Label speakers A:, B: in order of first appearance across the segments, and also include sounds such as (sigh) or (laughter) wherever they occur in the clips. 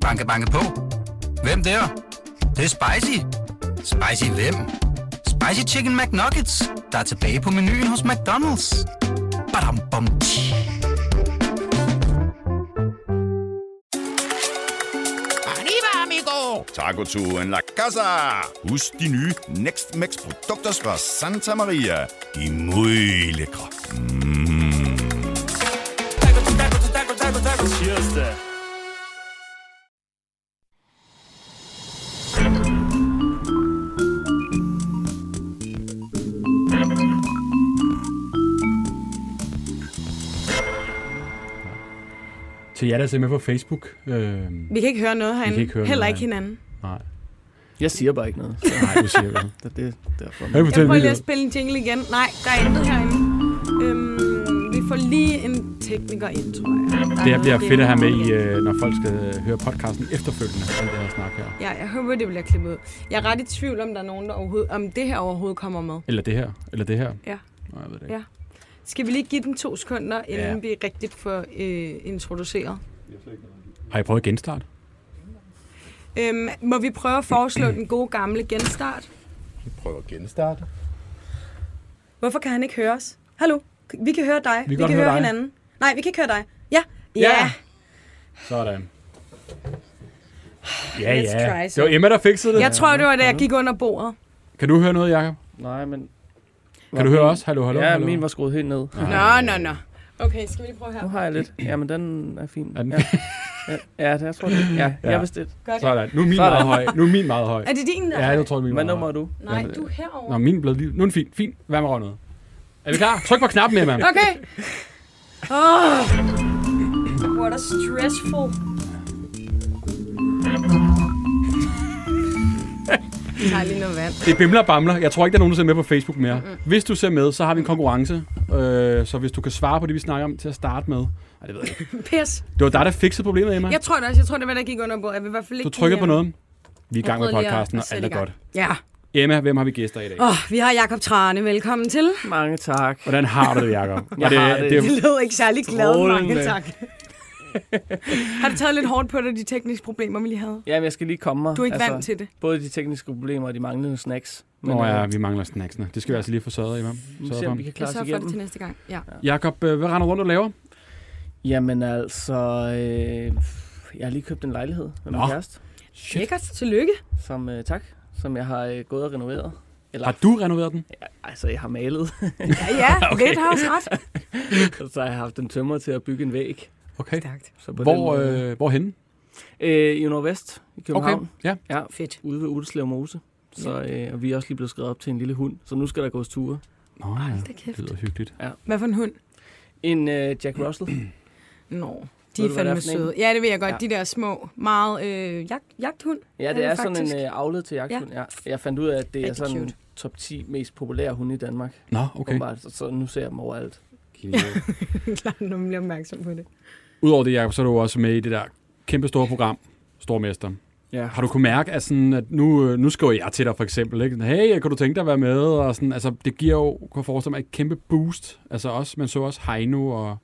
A: Banke, banke på. Hvem der? Det, er? det er spicy. Spicy hvem? Spicy Chicken McNuggets, der er tilbage på menuen hos McDonald's. Badum, bom, tji.
B: Arriba, amigo!
C: Tacoturen La Casa. Husk de nye Next Max produkter fra Santa Maria. De er muy lækre. Mm.
D: Til jer, der ser med på Facebook. Øh,
E: Vi kan ikke høre noget herinde.
D: kan ikke høre
E: Heller
D: noget
E: ikke hinanden.
D: nej,
F: Jeg siger bare ikke noget.
D: (laughs) nej, du siger det.
F: Så det er derfor.
E: Jeg
D: Jeg
E: prøver
D: fortælle
E: lige at
D: jeg
E: spille en jingle igen. Nej, der er intet herinde. Øhm, vi får lige en tekniker ind, tror jeg. Der er
D: det her
E: noget,
D: bliver
E: Ah, det er
D: fedt at have med, i,
E: noget galt.
D: øh, når folk skal øh, høre podcasten efterfølgende. Alt det her snak her.
E: Ja, jeg håber, det bliver klippet ud. Jeg er ret i tvivl, om der er nogen, der overhovedet, om det her overhovedet kommer med.
D: Eller det her. Eller det her.
E: Ja.
D: Nej, jeg ved det
E: Ja.
D: ikke.
E: Skal vi lige give den to sekunder, inden
D: Ja.
E: vi rigtigt får øh, introduceret?
D: Har I prøvet at genstarte?
E: Øhm, må vi prøve at foreslå den gode gamle genstart?
G: Prøv at genstarte.
E: Hvorfor kan han ikke høre os? Hallo, vi kan høre dig.
D: Vi kan godt høre dig.
E: hinanden. Nej, vi kan ikke høre dig. Ja, ja.
D: Ja.
E: ja.
D: Sådan. Ja,
E: Let's
D: ja.
E: try
D: Det var
E: so.
D: Emma, der fikset det.
E: Jeg tror, det var, da jeg gik under bordet.
D: Kan du høre noget, Jacob?
F: Nej, men...
D: Kan du høre os? Hallo, hallo,
F: Ja,
D: hallo.
F: min var skruet helt ned.
E: Nå, nå, nå. Okay, skal vi lige prøve
F: Nu
E: her?
F: har jeg lidt. Ja, men den er fin.
D: Er den-
F: Ja, ja, ja det- jeg tror det. Ja,
D: Ja.
F: jeg vidste det.
E: Godt.
D: Sådan. Nu er min
F: Sådan.
D: meget høj. Nu er min meget høj.
E: Er det din?
D: Ja, jeg tror, det er min
F: Hvad
D: meget
F: nummer
D: høj.
F: er du?
E: Nej,
D: Jamen,
E: du er
D: Nå,
E: herovre.
D: min er blevet lige... Nu er den fin. Fint. Hvad med røvnet? Er vi klar? Tryk på knappen, Emma.
E: (laughs) Okay. Oh. What a stressful. Jeg tager lige noget vand.
D: Det er bimler og bamler. Jeg tror ikke, der er nogen, der ser med på Facebook mere. Hvis du ser med, så har vi en konkurrence. Øh, så hvis du kan svare på det, vi snakker om til at starte med. Ej, det ved jeg ikke.
E: (laughs) Pis.
D: Det var dig, der fikset problemet, Emma.
E: Jeg tror det også. Jeg tror, det var, der gik under bordet. Jeg vil i hvert fald ikke
D: Du trykkede på
E: give-
D: noget. Vi er i gang med
E: prøvede lige at-
D: podcasten,
E: at
D: og alt
E: sætte
D: er
E: i gang.
D: godt.
E: Ja.
D: Emma, hvem har vi gæster i dag?
E: Åh, oh, vi har Jakob Trane. Velkommen til.
F: Mange tak.
D: Hvordan har du det,
E: (laughs)
D: Jacob?
F: Jeg
D: Og det,
F: har det.
D: det,
E: Det
D: er-
E: lød ikke særlig glad, mange
F: Strålende.
E: tak. (laughs) har du taget lidt hårdt på dig, de tekniske problemer, vi lige havde?
F: Jamen, jeg skal lige komme mig. Altså,
E: Du er ikke vant til det.
F: Både de tekniske problemer og de manglende snacks.
D: Nå ja,
F: øh,
D: vi mangler snacksene. Det skal vi altså lige få sørget, Emma.
F: vi
D: Sørget
F: ser,
D: for.
F: om vi kan
E: Jeg
F: klare os
E: sørger for det til
F: igennem.
E: næste gang. Ja.
D: Jakob, øh, hvad render du rundt og laver?
F: Jamen altså, øh, jeg har lige købt en lejlighed med
D: Nå.
F: min kæreste,
E: Lækkert. Tillykke.
F: som øh, tak, som jeg har øh, gået og renoveret. Eller,
D: Har du renoveret den?
F: altså, jeg har malet, (laughs)
E: Ja, ja. okay. Lidt har også ret.
F: så jeg har haft en tømmer til at bygge en væg.
D: Okay.
E: Stærkt.
F: Så på
D: Hvor,
F: den,
D: øh, hvorhenne?
F: øh, I Nordvest i København,
D: Okay,
F: okay.
D: ja.
F: ja,
E: Fedt.
F: ude ved Uteslev Mose. Så øh, og vi er også lige blevet skrevet op til en lille hund, så nu skal der gås ture.
D: Nå, ja.
E: da kæft.
D: Det lyder hyggeligt.
E: Hvad for en hund?
F: En øh, Jack Russell.
D: (clears throat)
E: Nå,
F: Ved
E: de
F: du, hvad det
E: er
F: er
E: fandme
F: for en?
E: søde. Ja, det ved jeg godt.
F: Ja.
E: Ja. De der små, meget øh, jagt, jagthund.
F: Ja, det
E: Ja,
F: er sådan
E: faktisk.
F: en øh, avlet til jagthund. Ja. Jeg fandt ud af, at det er
E: Rigtig
F: sådan
E: cute.
F: top 10 mest populære hunde i Danmark.
D: Nå,
F: Okay.
D: okay.
F: Åbenbart, så, så nu ser jeg dem overalt.
E: (laughs) Klart, når man bliver opmærksom på det.
D: Udover det, Jacob, så er du også med i det der kæmpe store program, Stormester.
F: Ja.
D: Har du kunne mærke, at, sådan, at nu, øh, nu skriver jeg til dig for eksempel, ikke? Sådan, hey, kan du tænke dig at være med? Og sådan, altså, det giver jo, kan jeg forestille mig, et kæmpe boost. Altså også, man så også Heino og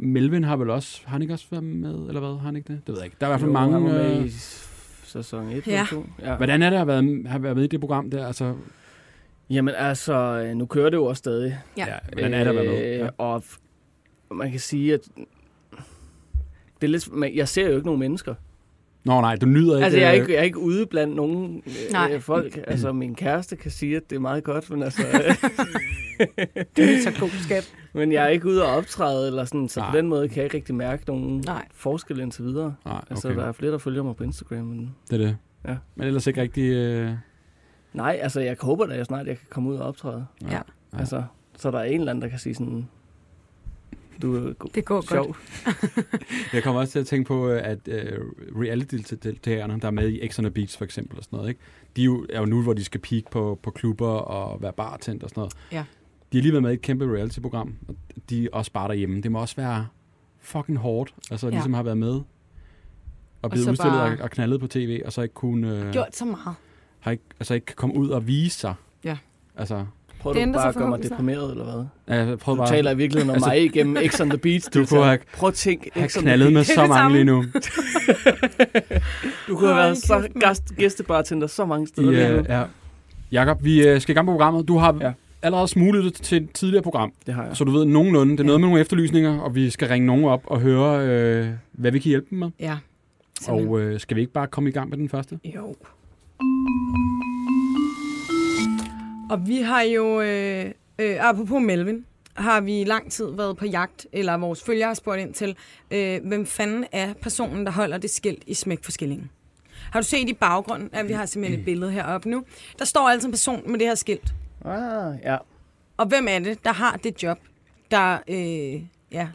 D: Melvin har vel også, har han ikke også været med, eller hvad, har han ikke det? Det ved jeg ikke. Der er i hvert fald
F: Han var
D: mange...
F: med i
D: Øh,
F: s- sæson 1
E: Ja.
F: ja. og 2. Ja.
D: hvordan er det at være, have været med i det program der? Altså,
F: Jamen altså, øh, nu kører det jo også stadig.
E: Ja.
D: ja. hvordan er det at være med?
F: Øh,
D: Ja.
F: Og f- man kan sige, at det er lidt, man, jeg ser jo ikke nogen mennesker.
D: Nå nej, du nyder ikke...
F: Altså, jeg er
D: øh,
F: ikke, jeg er ikke ude blandt nogen øh,
E: Nej.
F: øh, folk.
D: (clears throat)
F: Altså, min kæreste kan sige, at det er meget godt, men
D: (laughs)
F: altså... øh,
E: Det er ikke så god skat.
F: Men jeg er ikke ude og optræde, eller sådan, så
D: Nej.
F: på den måde kan jeg ikke rigtig mærke nogen
E: Nej.
F: forskel indtil videre.
D: Nej,
F: Altså,
D: okay.
F: der er flere, der følger mig på Instagram. Men...
D: Det er det.
F: Ja.
D: Men ellers ikke rigtig... Øh...
F: Nej, altså, jeg håber da jeg snart, jeg kan komme ud og optræde.
D: Ja. Ja.
F: Altså, så der er en eller anden, der kan sige sådan, du er god.
E: Det går godt. (laughs)
F: Sjov.
D: Jeg kommer også til at tænke på, øh, at øh, reality-deltagerne, der er med i X on the Beach for eksempel og sådan noget, ikke? de er jo, er jo nu, hvor de skal peak på, på klubber og være bartender og sådan noget.
E: Ja.
D: De har lige været med i et kæmpe reality-program, og de er også bare derhjemme. Det må også være fucking hårdt, altså ja.
E: Ja.
D: ligesom har været med og blevet
E: så
D: udstillet
E: bare-
D: og, og knaldet på tv, og så ikke kunne, øh,
E: Gjort så meget.
D: har ikke, altså ikke kan komme ud og vise sig.
E: Ja.
D: Altså,
F: Prøver
E: Det
F: du
E: ændrer sig
F: bare at gøre mig
E: forhåbentlig snart.
F: deprimeret, eller hvad?
D: Ja, jeg prøvede
F: Du
D: bare
F: taler i virkeligheden om
D: (laughs) Altså,
F: altså, mig igennem X on the Beach.
D: du
F: Christian.
D: kunne have-
F: Prøv at tænke
D: at
F: X on
D: have
F: the (laughs)
D: knaldet med
F: Beach.
D: så
E: det
D: mange lige nu.
F: Du kunne have
E: Hold
F: været så
E: kæft, mand.
F: gæst, gæstebartender så mange steder yeah. lige
D: Ja,
F: nu.
D: ja. Jakob, vi øh, skal i gang med programmet. Du har
F: Ja.
D: ja. allerede smuglet det til et tidligere program,
F: Det har jeg.
D: så du ved nogenlunde. Det er
E: Ja.
D: noget med nogle efterlysninger, og vi skal ringe nogen op og høre, øh, hvad vi kan hjælpe dem med.
E: Ja. Simpelthen.
D: Og øh, skal vi ikke bare komme i gang med den første?
E: Jo. Og vi har jo, øh, øh, apropos Melvin, har vi i lang tid været på jagt, eller vores følgere har spurgt ind til, øh, hvem fanden er personen, der holder det skilt i smæk for skillingen? Har du set i baggrunden, at vi har simpelthen et billede heroppe nu? Der står altså en person med det her skilt.
F: Ah, ja.
E: Og hvem er det, der har det job, der øh, ja,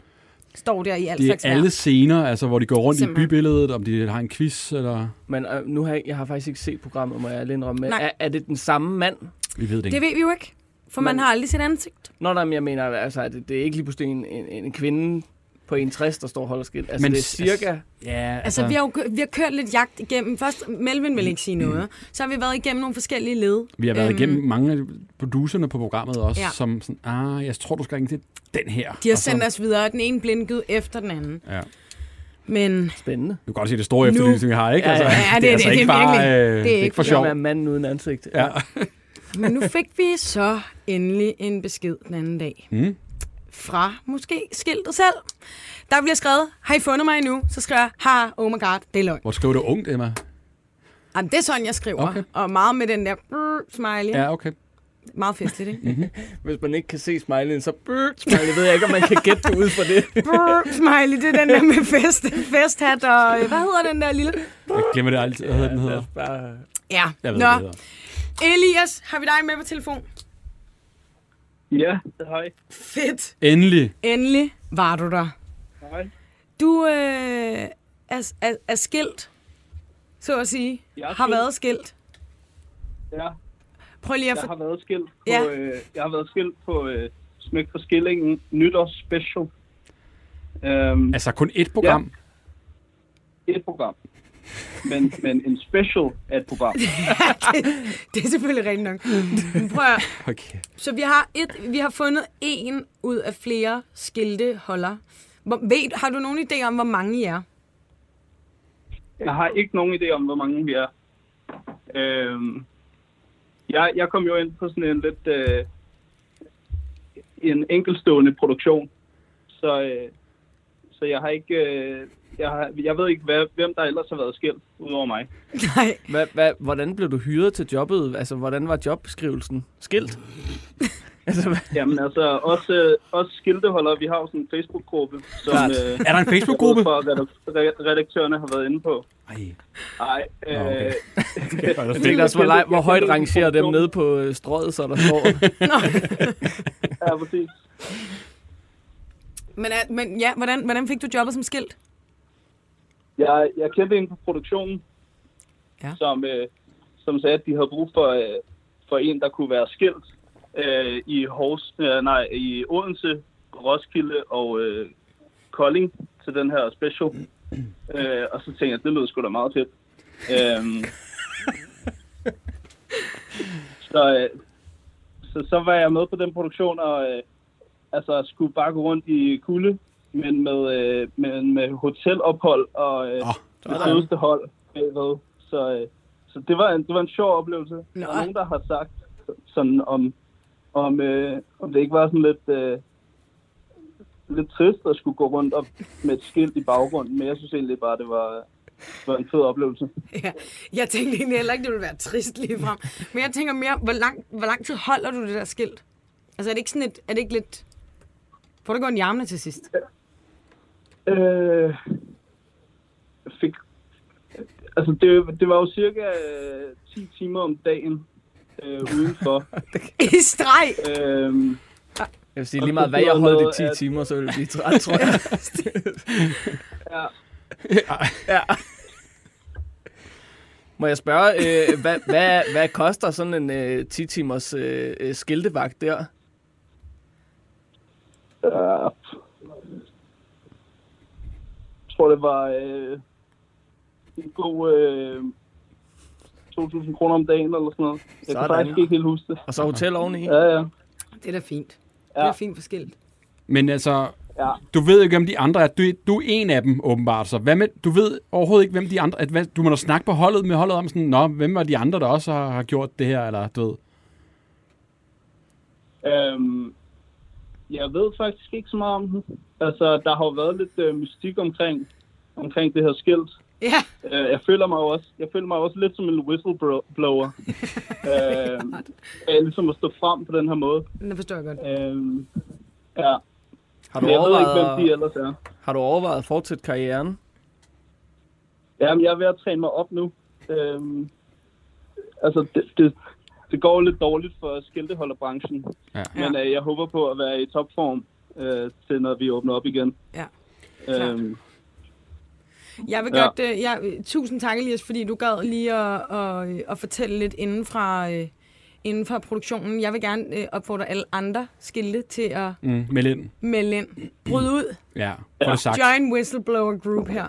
E: står der i alt
D: Det
E: slags
D: er
E: vejr?
D: alle scener, altså, hvor de går rundt Simpelthen. i
E: Simpelthen.
D: bybilledet, om de har en quiz, eller...
F: Men øh, nu har jeg, jeg har faktisk ikke set programmet, må jeg ærligt indrømme.
E: Nej.
F: Er, er det den samme mand?
D: Vi ved det ikke.
E: Det ved vi jo ikke, for man
F: Men-
E: har aldrig sit ansigt.
F: Nå, nej, men jeg mener, altså, at det, det er ikke lige pludselig en, en, en kvinde på 61, der står og holder skilt. Altså,
D: Men
F: men, det er
D: s-
F: cirka...
D: Ja,
E: Altså, vi har jo kø- vi har kørt lidt jagt igennem. Først, Melvin vil ikke sige noget. Så har vi været igennem nogle forskellige led.
D: Mm. vi har været
E: Øhm,
D: igennem mange af producerne på programmet også, ja.
E: Ja.
D: som sådan, ah, jeg tror, du skal ringe til den her.
E: De har
D: Og så-
E: sendt os videre, den ene blindgyde efter den anden.
D: Ja.
E: Men
F: Spændende.
D: Du kan godt se, det store
E: Nu-
D: efterlysning, vi har, ikke? Altså,
F: Ja, ja,
E: ja, det er det, det
D: ikke
E: er virkelig-
D: bare, øh,
E: det er
D: ikke for
E: ikke-
D: sjov.
F: Jeg er mand uden ansigt.
D: Ja.
E: Men nu fik vi så endelig en besked den anden dag.
D: Mm.
E: Fra måske skiltet selv. Der bliver skrevet, har I fundet mig endnu? Så skriver jeg, har, oh my god, det er løgn.
D: Hvor skriver du ungt, Emma?
E: Jamen, det er sådan, jeg skriver.
D: Okay.
E: Okay. Og meget med den der brrr, smiley. Ja.
D: Ja, okay.
E: Meget festligt, ikke?
F: (laughs) Hvis man ikke kan se smileyen, så... brrr, Smiley ved jeg ikke, om man kan gætte det ud fra det.
E: brrr, smiley, det er den der med fest, festhat og... øh, Hvad hedder den der lille?
D: Jeg glemmer det altid. Hvad hedder den hedder?
F: Bare...
E: Ja,
D: Jeg ved,
E: Nå,
D: Nå. Det
E: Elias, har vi dig med på telefon?
H: Ja, hej.
E: Fedt.
D: Endelig.
H: (laughs)
E: Endelig var du der.
H: Hej.
E: Du øh, er, er, er skilt, så at sige.
H: Jeg
E: har
H: er skilt.
E: været skilt.
H: Ja,
E: Prøv lige at
H: jeg
E: få...
H: har været skilt på,
E: Ja.
H: ja. øh, jeg har været skilt på øh, Smæk for Skillingen nytårsspecial. Øhm,
D: Altså kun ét program. Ja.
H: et program. Men, men en special er et program.
E: (laughs) Det er selvfølgelig rigtigt nok. Men Prøv at...
D: (laughs) Okay.
E: Så vi har, et, vi har fundet en ud af flere skilteholder. Hvor, ved, har du nogen idé om, hvor mange I er?
H: Jeg har ikke nogen idé om, hvor mange vi er. Øhm, jeg, jeg kom jo ind på sådan en lidt øh, en enkelstående produktion, så, øh, så jeg har ikke... Øh, jeg, har, jeg ved ikke, hvad, hvem der ellers har været skilt, udover mig.
E: (laughs) Nej.
F: Hva, hva, hvordan blev du hyret til jobbet? Altså, hvordan var jobbeskrivelsen? Skilt? altså, hva?
H: Jamen altså, også, øh, også skilteholdere, vi har jo sådan en Facebook-gruppe, som
F: Klart.
H: øh,
D: Er der en
H: jeg
D: Facebook-gruppe?
H: ved fra redak- re- redaktørerne har været inde på.
D: Ej.
H: Nej, øh,
F: (laughs)
D: Nå, okay.
H: okay.
F: Jeg
H: (laughs)
F: tænkte også, hvor, lej, hvor højt rangerer dem nede på øh, strøget, så der står.
H: ja, præcis.
E: Men, er, men ja, hvordan, hvordan fik du jobbet som skilt?
H: Jeg, jeg kendte en på produktionen,
E: Ja.
H: ja. som, øh, som sagde, at de havde brug for, øh, for en, der kunne være skilt øh, i, Hors, øh, nej, i Odense, Roskilde og øh, Kolding til den her special. øh, og så tænkte jeg, at det lød sgu da meget fedt. Øhm, så, øh, så, så var jeg med på den produktion, og øh, altså, skulle bare gå rundt i kulde, men med, øh, men med hotelophold og
D: Åh,
H: øh, det fedeste hold bagved. Så, øh, så det, var en, det var en sjov oplevelse. Nå. Der
E: Nå.
H: er nogen, der har sagt sådan om, om, øh, om det ikke var sådan lidt, øh, lidt trist at skulle gå rundt op med et skilt i baggrunden, men jeg synes egentlig bare, det var, det var en fed oplevelse.
E: Ja, jeg tænkte egentlig heller ikke, det ville være trist lige frem. Men jeg tænker mere, hvor lang, hvor lang tid holder du det der skilt? Altså er det ikke sådan et, er det ikke lidt... Får du gå en jamne til sidst?
H: Øh, jeg fik, altså det, det var jo cirka øh, 10 timer om dagen øh, udenfor.
E: (laughs) I streg!
H: øh,
F: (laughs) Jeg vil sige, lige meget hvad jeg holdt i 10 timer, så ville jeg blive træt, tror jeg. (laughs)
H: ja,
F: Må jeg spørge, øh, hvad, hvad, hvad koster sådan en øh, 10-timers øh, øh, skiltevagt der?
H: Øh, jeg tror, det var øh, en god øh, 2.000 kroner om dagen eller sådan noget. Jeg
F: Sådan.
H: kan faktisk ikke helt huske det.
F: Og så hotel oveni.
H: Ja, ja.
E: Det er da fint.
H: Ja.
E: Det er fint forskelligt.
D: Men altså,
H: Ja.
D: du ved ikke, hvem de andre er. Du, du er en af dem, åbenbart. Så hvad med, du ved overhovedet ikke, hvem de andre at, hvad, Du må da snakke på holdet med holdet om sådan, Nå, hvem var de andre, der også har, har gjort det her, eller du ved.
H: Øhm, jeg ved faktisk ikke så meget om den. Altså, der har jo været lidt øh, mystik omkring, omkring det her skilt.
E: Ja,
H: Øh, jeg, føler mig jo også, jeg føler mig også lidt som en
E: (laughs)
H: whistleblower. øh, ligesom at stå frem på den her måde.
E: det forstår jeg godt.
H: Øh, ja.
F: Har du
H: Men jeg ved ikke, hvem de
F: overvejet,
H: ellers er.
F: har du overvejet at fortsætte karrieren?
H: Jamen, jeg er ved at træne mig op nu. Øhm, altså, det, det, det går jo lidt dårligt for skilteholderbranchen.
D: Ja.
H: Men øh, jeg håber på at være i topform, øh, til når vi åbner op igen.
E: Ja.
H: Øhm,
E: Jeg vil
H: Ja.
E: godt... Øh, jeg, tusind tak, Elias, fordi du gad lige at, at, øh, at fortælle lidt inden fra, øh, inden fra produktionen. Jeg vil gerne øh, opfordre alle andre skilte til at
D: Mm, meld ind.
E: melde ind. Bryd ud.
D: Ja, få det sagt.
E: Join Whistleblower Group her.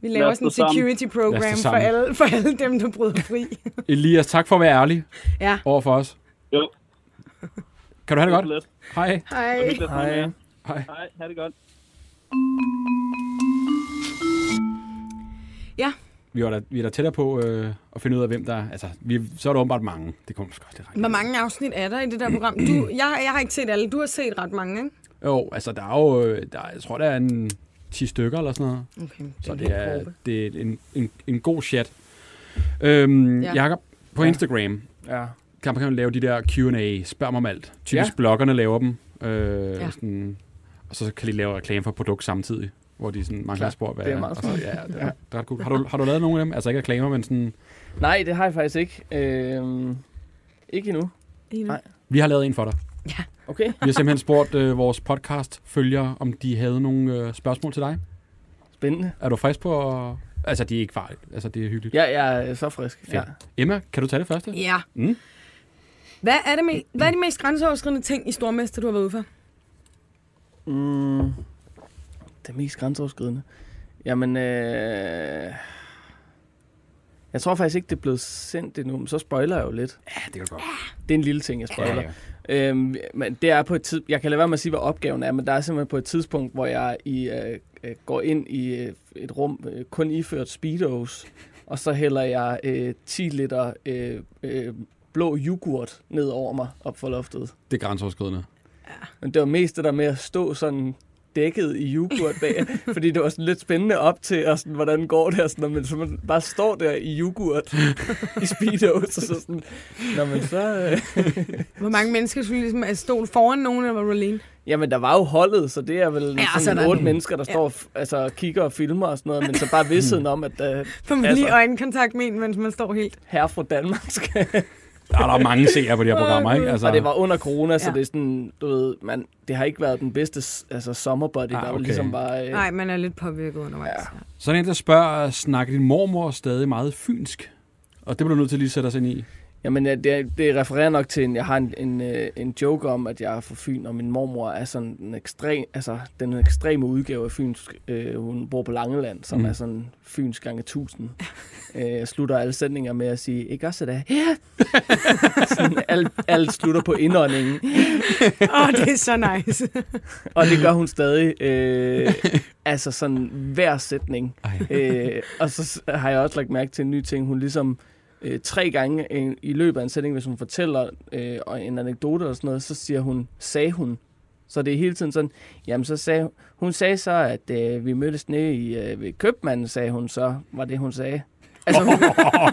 E: Vi
H: Lad
E: laver
H: os
E: sådan en
H: stå sammen.
E: security
D: Lad
E: program
D: os stå
E: for
D: sammen.
E: alle, for alle dem, der bryder fri.
D: Elias, tak for at være ærlig
E: Ja.
D: over for os.
H: jo,
D: Kan du have det godt?
H: lidt.
D: Hej.
E: Hej.
H: Hyggeligt at snakke med jer.
F: Hej.
H: Hej, ha' det godt.
D: Vi er da, vi er da tættere på øh, at finde ud af, hvem der er. Altså, vi, så er der åbenbart mange. Det kommer måske også lidt
E: Hvor
D: rigtigt.
E: mange afsnit er der i det der program? Du, jeg, jeg har ikke set alle. Du har set ret mange, ikke?
D: Jo, altså, der er jo... øh, Der, er- jeg tror, der er en 10 stykker eller sådan noget.
E: Okay,
D: Så det er, det er en, en, en god chat. Øhm, ja.
E: Ja.
D: Jakob, på ja. Instagram,
F: Ja.
D: kan man kan man lave de der Q&A, spørg mig om alt. Typisk ja.
F: Ja.
D: bloggerne laver dem. Øh, ja.
E: Ja.
D: sådan, og så kan de lave reklame for et produkt samtidig, hvor de sådan, mange har
F: Klart.
D: spurgt, hvad
F: Det er meget
D: og så, ja, det er, det er ret cool. Har du, har du lavet nogen af dem? Altså ikke reklamer, men sådan...
F: Nej, det har jeg faktisk ikke. Øhm, ikke endnu. Nej.
D: Vi har lavet en for dig.
F: Okay.
D: Vi har simpelthen spurgt øh, vores podcast-følgere, om de havde nogle øh, spørgsmål til dig.
F: Spændende.
D: Er du frisk på at... Altså, det er ikke farligt. Altså, det er hyggeligt.
F: Ja, jeg er så frisk. Ja.
D: Fedt. Emma, kan du tage det første?
E: Ja.
D: Mm.
E: Hvad er, det me- hvad er de mest grænseoverskridende ting i Stormester, du har været ude for?
F: Mm, det mest grænseoverskridende. Jamen, øh, jeg tror faktisk ikke, det er blevet sendt endnu, men så spoiler jeg jo lidt.
D: Ja, det kan du godt.
F: Det er en lille ting, jeg spoiler.
D: Ja, ja.
F: Øhm, men det er på et tid... Jeg kan lade være med at sige, hvad opgaven er, men der er simpelthen på et tidspunkt, hvor jeg i, øh, øh, går ind i øh, et rum, øh, kun iført speedos, og så hælder jeg øh, 10 liter øh, øh, blå yoghurt ned over mig op for loftet.
D: Det er grænseoverskridende.
F: Men det var mest det der med at stå sådan dækket i yoghurt (laughs) bag, fordi det var sådan lidt spændende op til, og sådan, hvordan går det, og sådan, men så man bare står der i (laughs) yoghurt i speedos, og så sådan, Nå, men så... Øh,
E: Hvor mange mennesker skulle ligesom er stol foran nogen, eller var du alene?
F: Jamen, der var jo holdet, så det er vel ja, sådan
E: sådan.
F: otte mennesker, der står og f- altså, og kigger og filmer og sådan noget, men (laughs) så bare vidstheden om, at uh,
E: For man
F: Altså.
E: lige øjenkontakt med en, mens man står helt.
F: herre fra Danmark skal...
D: Der er, der er mange seere på de her
E: Åh,
D: programmer, ikke?
E: Gud.
D: Altså,
F: og det var under corona, så
E: Ja.
F: det er sådan, du ved, man, det har ikke været den bedste s- altså, sommerbody,
D: Ah,
F: der
D: okay.
F: okay. ligesom var... Øh,
E: Nej, man er lidt påvirket undervejs. Ja.
D: Sådan en, der spørger, snakker din mormor stadig meget fynsk? Og det bliver du nødt til lige at sætte os ind i.
F: Jamen, ja, det, er- det refererer nok til, en, jeg har en, en, øh, en joke om, at jeg er fra Fyn, og min mormor er sådan en ekstrem, altså, den ekstreme udgave af Fynsk. Øh, hun bor på Langeland, som
D: Mm.
F: mm. er sådan Fynsk gange tusind. øh, jeg slutter alle sætninger med at sige, ikke også da? Ja! (laughs) sådan, alt, alt slutter på indåndingen,
E: Åh, oh, det er så
F: (laughs)
E: nice.
F: og det gør hun stadig. Øh, altså sådan hver sætning.
D: Ej.
F: øh, og så s- har jeg også lagt mærke til en ny ting. Hun ligesom øh, tre gange øh, i løbet af en sætning, hvis hun fortæller øh, og en anekdote eller sådan noget, så siger hun, sagde hun. Så det er hele tiden sådan, jamen så sagde hun, hun sagde så, at øh, vi mødtes nede i, øh, ved købmanden, sagde hun så, var det hun sagde. Altså, hun,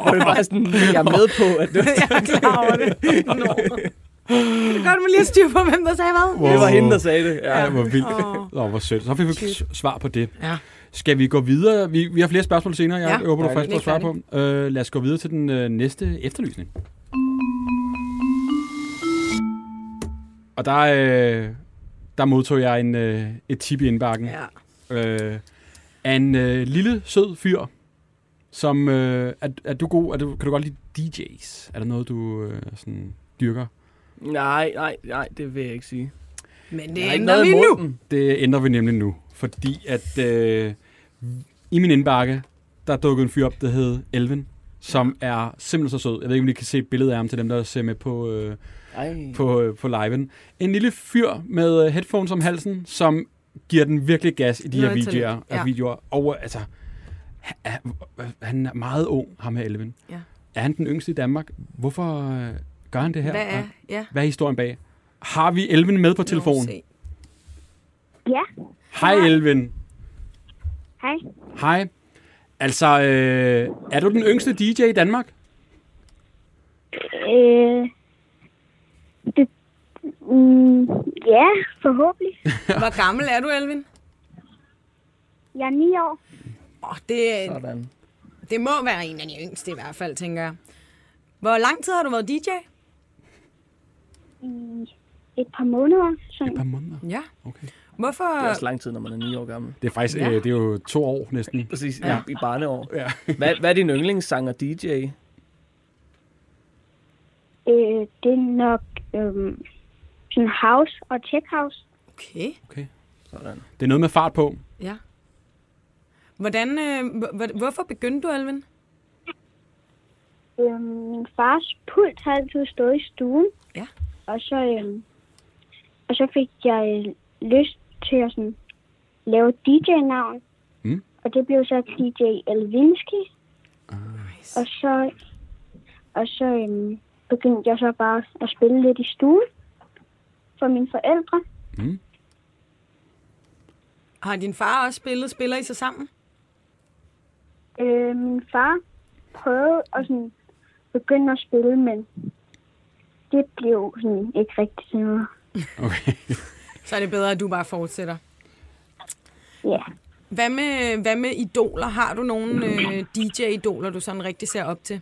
F: hun er bare sådan, jeg er med på,
E: (laughs)
F: at det,
E: jeg er klar over det. Nå. Det er godt, man lige har styr på, hvem der sagde hvad.
D: Wow.
F: det var hende, der sagde det. Ja.
D: Ej, hvor vildt.
E: Åh.
D: Nå, hvor sødt. Så fik vi s- svar på det.
E: Ja.
D: Skal vi gå videre? Vi, vi har flere spørgsmål senere, jeg ja.
E: Ja.
D: håber, du er
F: Dejligt.
D: frisk på at svare på. Øh, lad os gå videre til den øh, næste efterlysning. Og der, øh, der modtog jeg en, øh, et tip i indbakken.
E: Ja.
D: øh, af en øh, lille, sød fyr, som... Øh, er, er du god? Er du, kan du godt lide DJ's? Er der noget, du øh, sådan, dyrker?
F: Nej, nej, nej, det vil jeg ikke sige.
E: Men
F: Jeg
E: det
F: har ikke
E: ændrer
F: noget
E: vi
F: imod
E: nu.
F: dem.
D: Det ændrer vi nemlig nu, fordi at øh, i min indbakke, der dukkede en fyr op, der hed Elven, som er simpelthen så sød. Jeg ved ikke, om I kan se et billede af ham til dem, der ser med på, øh,
F: Ej.
D: på, øh, på liven. En lille fyr med øh, headphones om halsen, som giver den virkelig gas i de her
E: Noget talent,
D: videoer. Ja.
E: ja.
D: videoer. Over, altså, han er, han er meget ung, ham her Elvin.
E: Ja.
D: Er han den yngste i Danmark? Hvorfor øh, gør han det her?
E: Hvad er, ja,
D: Hvad er historien bag? Har vi Elvin med på telefonen?
E: se.
I: Ja,
D: Hej Elvin.
I: hej.
D: Hej. Altså, øh, er du den yngste DJ i Danmark?
I: Øh, det, mm, ja, forhåbentlig.
E: (laughs) Hvor gammel er du, Elvin?
I: Jeg er ni år.
E: Oh, det,
F: Sådan.
E: det må være en af de yngste i hvert fald, tænker jeg. Hvor lang tid har du været DJ?
I: Et par måneder.
D: Et
I: Sådan.
D: par måneder.
E: Ja.
D: Okay.
E: Hvorfor?
F: Det er også lang tid, når man er 9 år gammel.
D: Det er faktisk
E: Ja.
D: øh, det er jo to år næsten.
F: Præcis, ja. i, i barneår.
D: Ja.
F: Hvad, hvad er din yndlingssanger DJ?
I: Øh, det er nok øh, sådan house og tech house.
E: Okay.
D: Okay.
F: Sådan.
D: Det er noget med fart på.
E: Ja. Hvordan, øh, hvor- hvor- hvorfor begyndte du, Alvin?
I: Øh, min fars pult har altid stået i stuen.
E: Ja.
I: Og så, øh, og så fik jeg øh, lyst til at sådan, lave DJ-navn.
D: Mm.
I: Og det blev så DJ Elvinski.
E: Nice.
I: Og så, og så øhm, begyndte jeg så bare at spille lidt i stuen for mine forældre.
E: Har din far også spillet? Spiller I så sammen?
I: Øh, min far prøvede at sådan, begynde at spille, men det blev sådan ikke rigtig til noget.
D: Okay.
E: Så er det bedre, at du bare fortsætter.
I: Ja.
E: Hvad med, hvad med idoler? Har du nogle øh, DJ-idoler, du sådan rigtig ser op til?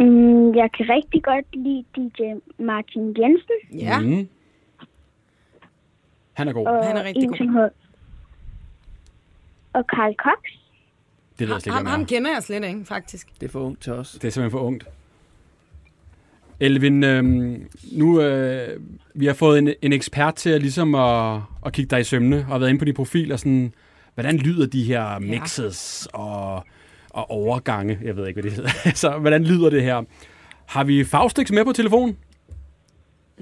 I: Mm, jeg kan rigtig godt lide DJ Martin Jensen.
E: Ja. Øh, Mm.
D: Mm. Han er god.
I: Og
E: Han er rigtig
I: en,
E: god.
I: som hed- og Karl Cox.
D: Altså, Det ved jeg slet ikke,
E: Ham,
D: hvem
E: ham
D: er.
E: kender jeg slet ikke, faktisk.
F: Det er for ungt til os.
D: Det er simpelthen for ungt. Elvin, øh, nu øh, vi har fået en, en ekspert til at, ligesom at, at kigge dig i sømne og har været inde på din profil og sådan, hvordan lyder de her mixes og, og overgange? Jeg ved ikke, hvad det hedder. (laughs) Så hvordan lyder det her? Har vi Faustix med på telefon?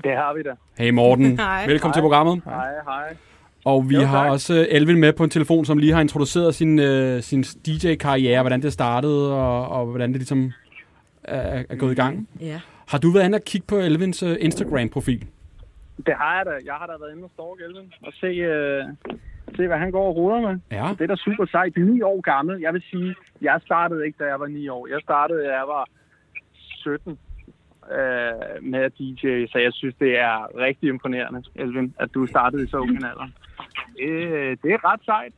A: Det har vi da.
D: Hey (laughs)
F: (laughs)
D: Morten,
E: Hej.
D: velkommen til programmet.
A: Hej, hej.
D: Og vi jo,
A: Jo,
D: har
A: tak.
D: også øh, Elvin med på en telefon, som lige har introduceret sin, øh, sin DJ-karriere, hvordan det startede, og, og hvordan det ligesom er, er
A: Mhm.
D: gået i gang.
E: Ja.
D: Har du været inde og kigge på Elvins øh, Instagram-profil?
A: Det har jeg da. Jeg har da været inde og stalk Elvin og se, øh, se, hvad han går og ruder med.
D: Ja.
A: Det er da super sejt. 9 år gammel. Jeg vil sige, jeg startede ikke, da jeg var 9 år. Jeg startede, da jeg var 17 øh, med at DJ, så jeg synes, det er rigtig imponerende, Elvin, at du startede i så ung en alder. Øh, det er ret sejt.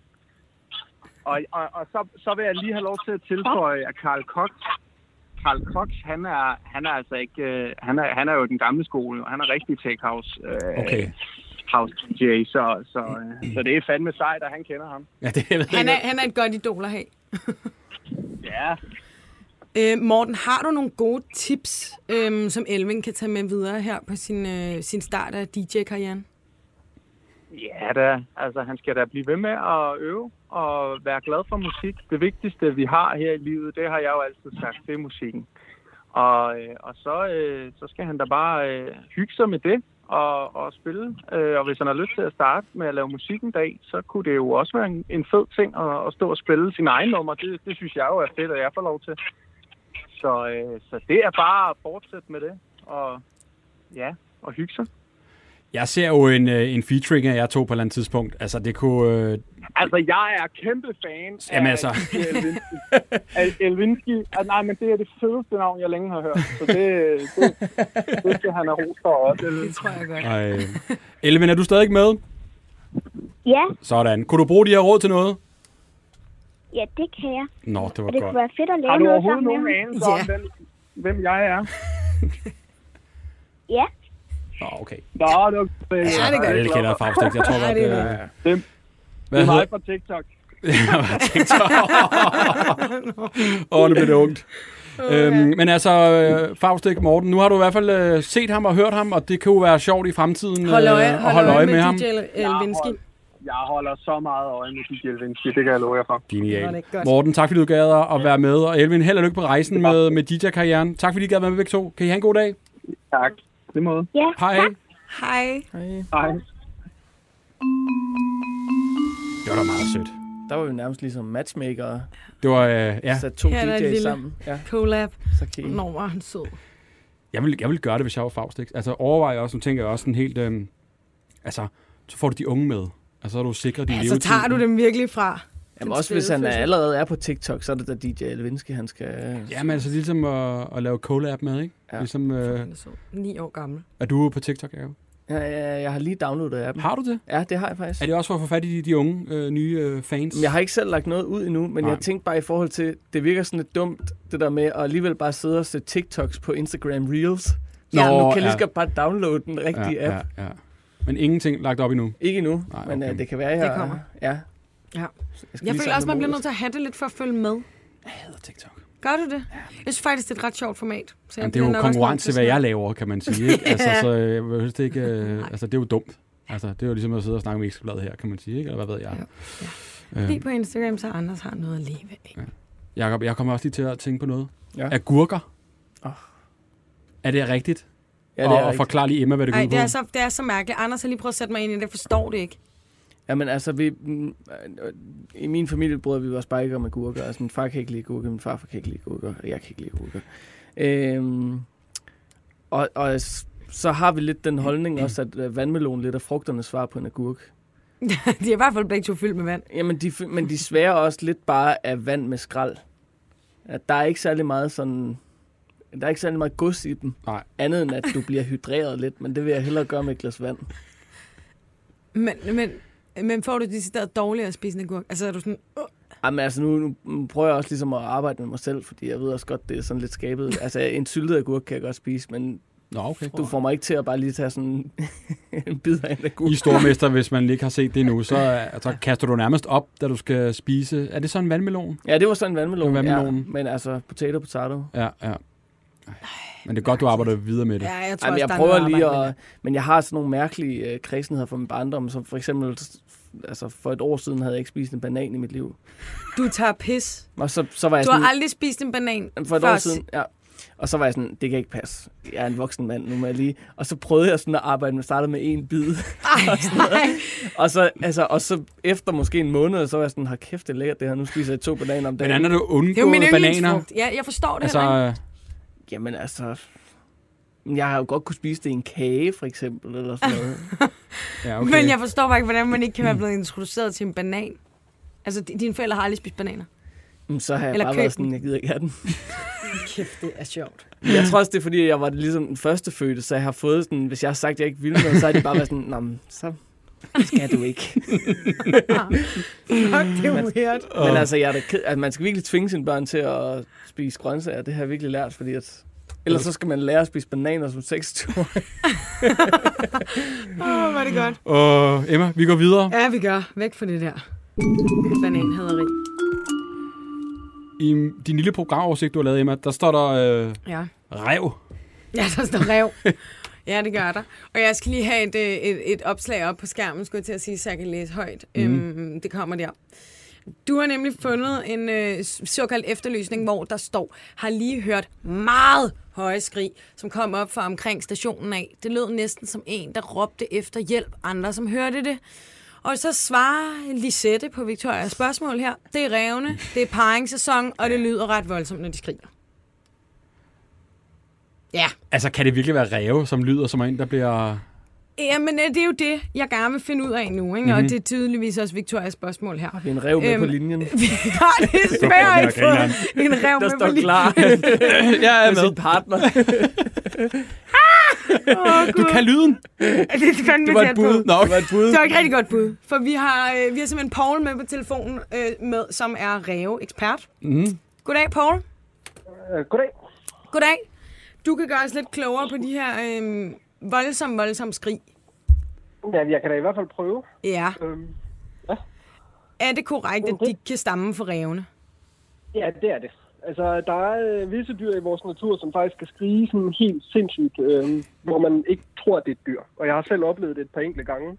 A: Og, og, og så, så vil jeg lige have lov til at tilføje, at Karl Cox, Karl Cox, han er, han er altså ikke, øh, han, er, han er jo den gamle skole, og han er rigtig tech house, øh,
D: Okay.
A: house DJ, så, så, øh, så det er fandme sejt, at han kender ham.
D: Ja, det jeg ved jeg
E: Han,
D: ikke.
E: er, han er et godt idol at have.
A: Ja,
E: Øh, Morten, har du nogle gode tips, øhm, som Elvin kan tage med videre her på sin, øh, sin start af DJ-karrieren?
A: Ja da, altså han skal da blive ved med at øve og være glad for musik. Det vigtigste, vi har her i livet, det har jeg jo altid sagt, det er musikken. Og, øh, og så, øh, så skal han da bare øh, hygge sig med det og, og spille. Øh, og hvis han har lyst til at starte med at lave musik en dag, så kunne det jo også være en, en fed ting at, at stå og spille sin egen nummer. Det, det synes jeg jo er fedt, at jeg får lov til. Så, øh, så det er bare at fortsætte med det og, ja, og hygge sig.
D: Jeg ser jo en, øh, en featuring af jer to på et eller andet tidspunkt. Altså, det kunne... Øh,
A: Altså, jeg er kæmpe fan
D: Jamen,
A: af
D: altså. (laughs)
A: Elvinski. Al- Elvinski. Ah, nej, men det er det fedeste navn, jeg længe har hørt. Så det, det, det skal han have ros for også.
E: Det tror jeg godt.
A: (laughs)
D: øh. Elvin, er du stadig med?
I: Ja,
D: Sådan. Kunne du bruge de her råd til noget?
I: ja, det kan jeg.
D: Nå, det var
I: Og det kunne
D: godt.
I: være fedt at lave
A: Har du
I: noget
A: overhovedet
I: sammen med
A: nogen anelse
I: ham.
A: om,
E: Ja.
A: hvem, hvem jeg er?
I: Ja,
D: Nå, okay.
A: Nå, det var fedt.
E: Ja, det gør
D: Alle kender Faustix. Jeg tror
E: Ja,
D: godt...
E: det
D: Øh,
E: er
D: hvad
A: Dem. Det er mig
D: hedder
A: fra
D: (laughs)
A: TikTok.
D: Åh, det bliver det ungt. Øhm, men altså, øh, Faustik Morten, nu har du i hvert fald øh, set ham og hørt ham, og det kan jo være sjovt i fremtiden
E: Hold øje,
D: øh, at holde øje med, ham.
E: DJ El- Elvinski.
H: Jeg holder så meget øje med dit Elvinski, det kan jeg love jer for.
E: Nå, det
D: Genial.
E: er godt.
D: Morten, tak fordi du gad at- at være med. Og Elvin, held og lykke på rejsen med, med DJ-karrieren. Tak fordi I gad at være med begge to. Kan I have en god dag?
H: Tak. På lige måde.
I: Ja,
D: Hej.
I: tak.
E: Hej.
H: Hej.
D: Det var da meget sødt.
F: Der var vi nærmest ligesom matchmakere,
D: Det var, øh, ja.
F: ja. sat to
E: Her er der et
F: DJ's
E: lille-
F: sammen. Ja,
E: Collab.
F: så kan I.
E: Nå, hvor er han sød.
D: Jeg vil, jeg vil gøre det, hvis jeg var Faust. Ikke? Altså overvejer også, nu tænker jeg også sådan helt, øhm, altså, så får du de unge med. Altså, så er du sikret din
E: Ja, så tager du dem virkelig fra.
F: Jamen
E: Den
F: også hvis han
E: spæde
F: er,
E: fødsel.
F: allerede er på TikTok, så er det da DJ Elvinski, han skal...
D: Jamen, altså det er ligesom at, at lave collab med, ikke? Ja.
F: Ja.
D: Ligesom, øh,
E: Han er sød. Ni år gammel.
D: er du på TikTok, Jacob?
F: Ja, ja, jeg har lige downloadet appen.
D: Har du det?
F: Ja, det har jeg faktisk.
D: Er det også for at få fat i de, de unge, øh, nye øh, fans?
F: Men Jeg har ikke selv lagt noget ud endnu, men
D: Nej.
F: Nej. jeg tænkte bare i forhold til, det virker sådan lidt dumt, det der med at alligevel bare sidde og se TikToks på Instagram Reels.
D: Nå,
F: Nå, ja, nu kan jeg lige
D: ja.
F: så godt bare downloade den
D: ja,
F: rigtige app.
D: ja, ja. Men ingenting lagt op endnu.
F: Ikke endnu,
D: Nej,
F: Nej, men
D: okay.
F: øh, det kan være, jeg...
E: Det kommer.
F: Ja.
E: Ja.
F: skal
E: Jeg
F: lige
E: føler
F: samle
E: også, man bliver
F: modet.
E: nødt til at have det lidt for at følge med.
D: Jeg hader TikTok.
E: Gør du det? Jeg synes faktisk, det er et ret sjovt format. Så jeg
D: Jamen, det
E: bliver
D: er jo
E: nok også nødt
D: konkurrence til, hvad jeg
E: snart-
D: laver, kan man
E: (laughs)
D: sige. Ikke? Altså,
E: Ja.
D: så, øh, jeg synes, det, ikke, øh, altså, det er jo dumt. Altså, det er jo ligesom at sidde og snakke med ekstrabladet her, kan man sige, ikke? Eller hvad ved jeg. Ja.
E: Lige på Instagram, så Anders har noget at leve af.
D: Jakob, jeg kommer også lige til at tænke på noget.
F: Ja.
D: Agurker.
F: Åh.
D: Er det rigtigt?
F: Ja, det er
D: og, og
F: rigtigt.
D: forklar lige Emma, hvad det går
E: Ej,
D: ud på.
E: det er, så, det er så mærkeligt. Anders har lige prøvet at sætte mig ind i det. Jeg forstår det ikke. (laughs)
F: Jamen altså, vi, mm, øh, i min familie bryder vi os bare ikke om agurker. Altså, min far kan ikke lide agurker, min farfar kan ikke lide agurker, og jeg kan ikke lide agurker. Øhm, og, og s- så har vi lidt den holdning også, at øh, vandmelon lidt er frugternes svar på en agurk.
E: (laughs) de er i hvert fald begge to fyldt med vand.
F: Jamen, de, f- men de sværer også lidt bare af vand med skrald. At der er ikke særlig meget sådan... Der er ikke særlig meget gods i dem.
D: Nej.
F: Andet end at du bliver hydreret lidt, men det vil jeg hellere gøre med et glas vand.
E: Men, men, men får du decideret dårligere at spise en agurk? Altså er du sådan, uh,
F: Jamen altså, nu, nu prøver jeg også ligesom at arbejde med mig selv, fordi jeg ved også godt, det er sådan lidt
D: (laughs)
F: skabet. Altså, en syltet agurk kan jeg godt spise, men
D: Nå, okay.
F: du får mig ikke til at bare lige tage sådan (laughs) en bid af en agurk.
D: I stormester, hvis man ikke har set det endnu, så, er- så kaster du nærmest op, da du skal spise. Er det så en vandmelon?
F: Ja, det var sådan en vandmelon.
D: Det var
F: ja,
D: vandmelonen.
F: men altså, potato, potato.
D: Ja, ja. Ej, Men det er godt, du arbejder videre med det.
E: ja, jeg tror
F: Jamen,
E: også,
F: jeg
E: der er
F: prøver
E: noget
F: lige
E: arbejde med
F: at... Men jeg har sådan nogle mærkelige øh, kredsenheder fra min barndom, som for eksempel... Altså, for et år siden havde jeg ikke spist en banan i mit liv.
E: det. Du tager pis.
F: Og så, så var jeg
E: Du
F: sådan...
E: har aldrig spist en banan
F: For et
E: før
F: år siden, ja. Og så var jeg sådan, det kan ikke passe. Jeg er en voksen mand, nu må jeg lige... Og så prøvede jeg sådan at arbejde med, startede med en bid.
E: Ej,
F: (laughs)
E: ej.
F: Og så, altså, og så efter måske en måned, så var jeg sådan, har kæft, det er lækkert det her. Nu spiser jeg to bananer om dagen.
D: Hvordan er du
E: Det er jo min
D: undgået bananer?
E: yndlingsfrugt. Ja, jeg forstår det
D: Altså,
E: heller ikke.
F: Jamen altså... Jeg har jo godt kunne spise det i en kage, for eksempel, eller sådan
E: (laughs)
F: noget.
D: ja,
E: Okay. Men
D: okay.
E: jeg forstår bare ikke, hvordan man ikke kan være blevet introduceret til en banan. Altså, di- dine forældre har aldrig spist bananer.
F: Men så har jeg
E: Eller
F: bare
E: køb
F: været
E: den.
F: sådan, jeg gider ikke have den.
E: Kæft, det er sjovt.
F: Jeg tror også, det er fordi, jeg var ligesom den første fødte, så jeg har fået sådan, hvis jeg har sagt, at jeg ikke ville noget, så har de bare været sådan, nå, men så skal du ikke.
E: Fuck, det er weird.
F: Men altså, jeg er da ked, at man skal virkelig tvinge sine børn til at spise grøntsager. Det har jeg virkelig lært, fordi at... Ellers så skal man lære at spise bananer som 26 år.
E: (laughs) Åh, oh, var det godt.
D: Og Emma, vi går videre.
E: Ja, vi gør. Væk fra det der. Bananhaderi.
D: I din lille programoversigt, du har lavet, Emma, der står der øh,
E: Ja.
D: rev.
E: (laughs) Ja, der står rev. Ja, det gør der. Og jeg skal lige have et, øh, et, et opslag op på skærmen, skulle jeg til at sige, så jeg kan læse højt. Mm. Øhm, det kommer der. Du har nemlig fundet en øh, såkaldt efterlysning, hvor der står, har lige hørt meget høje skrig, som kom op fra omkring stationen af. Det lød næsten som en, der råbte efter hjælp andre, som hørte det. Og så svarer Lisette på Victorias spørgsmål her. Det er revne, det er paringssæson, og det lyder ret voldsomt, når de skriger. Ja,
D: Altså, kan det virkelig være ræve, som lyder som en, der bliver...
E: Jamen, øh, det er jo det, jeg gerne vil finde ud af nu, ikke? Mm-hmm. og det er tydeligvis også Victorias spørgsmål her.
F: Vi er en rev med
E: Øhm,
F: på
E: (laughs)
F: linjen.
E: Vi har
F: (laughs)
E: desværre ikke fået en rev
F: Der
E: med på
F: står
E: linjen. (laughs)
F: klar
D: Jeg
F: med sin partner.
E: Åh,
D: Du
E: Gud.
D: kan
E: (laughs)
D: lyden.
E: (laughs) Det er fandme
D: Det var et
E: tæt på.
D: bud. Nå,
F: (laughs)
D: okay.
F: Det var et bud.
E: Det var et rigtig godt bud, for vi har, øh, vi har simpelthen Paul med på telefonen, øh, med, som er ræve-ekspert.
D: Mm.
E: Goddag, Paul.
H: Goddag.
E: Goddag. Du kan gøre os lidt klogere på de her øh, voldsomme, voldsomme skrig.
H: Ja, jeg kan da i hvert fald prøve.
E: Ja.
H: Øhm,
E: Er det korrekt, at de kan stamme for rævene?
H: Ja, det er det. Altså, der er øh, visse dyr i vores natur, som faktisk kan skrige sådan helt sindssygt, øh, hvor man ikke tror, det er et dyr. Og jeg har selv oplevet det et par enkelte gange.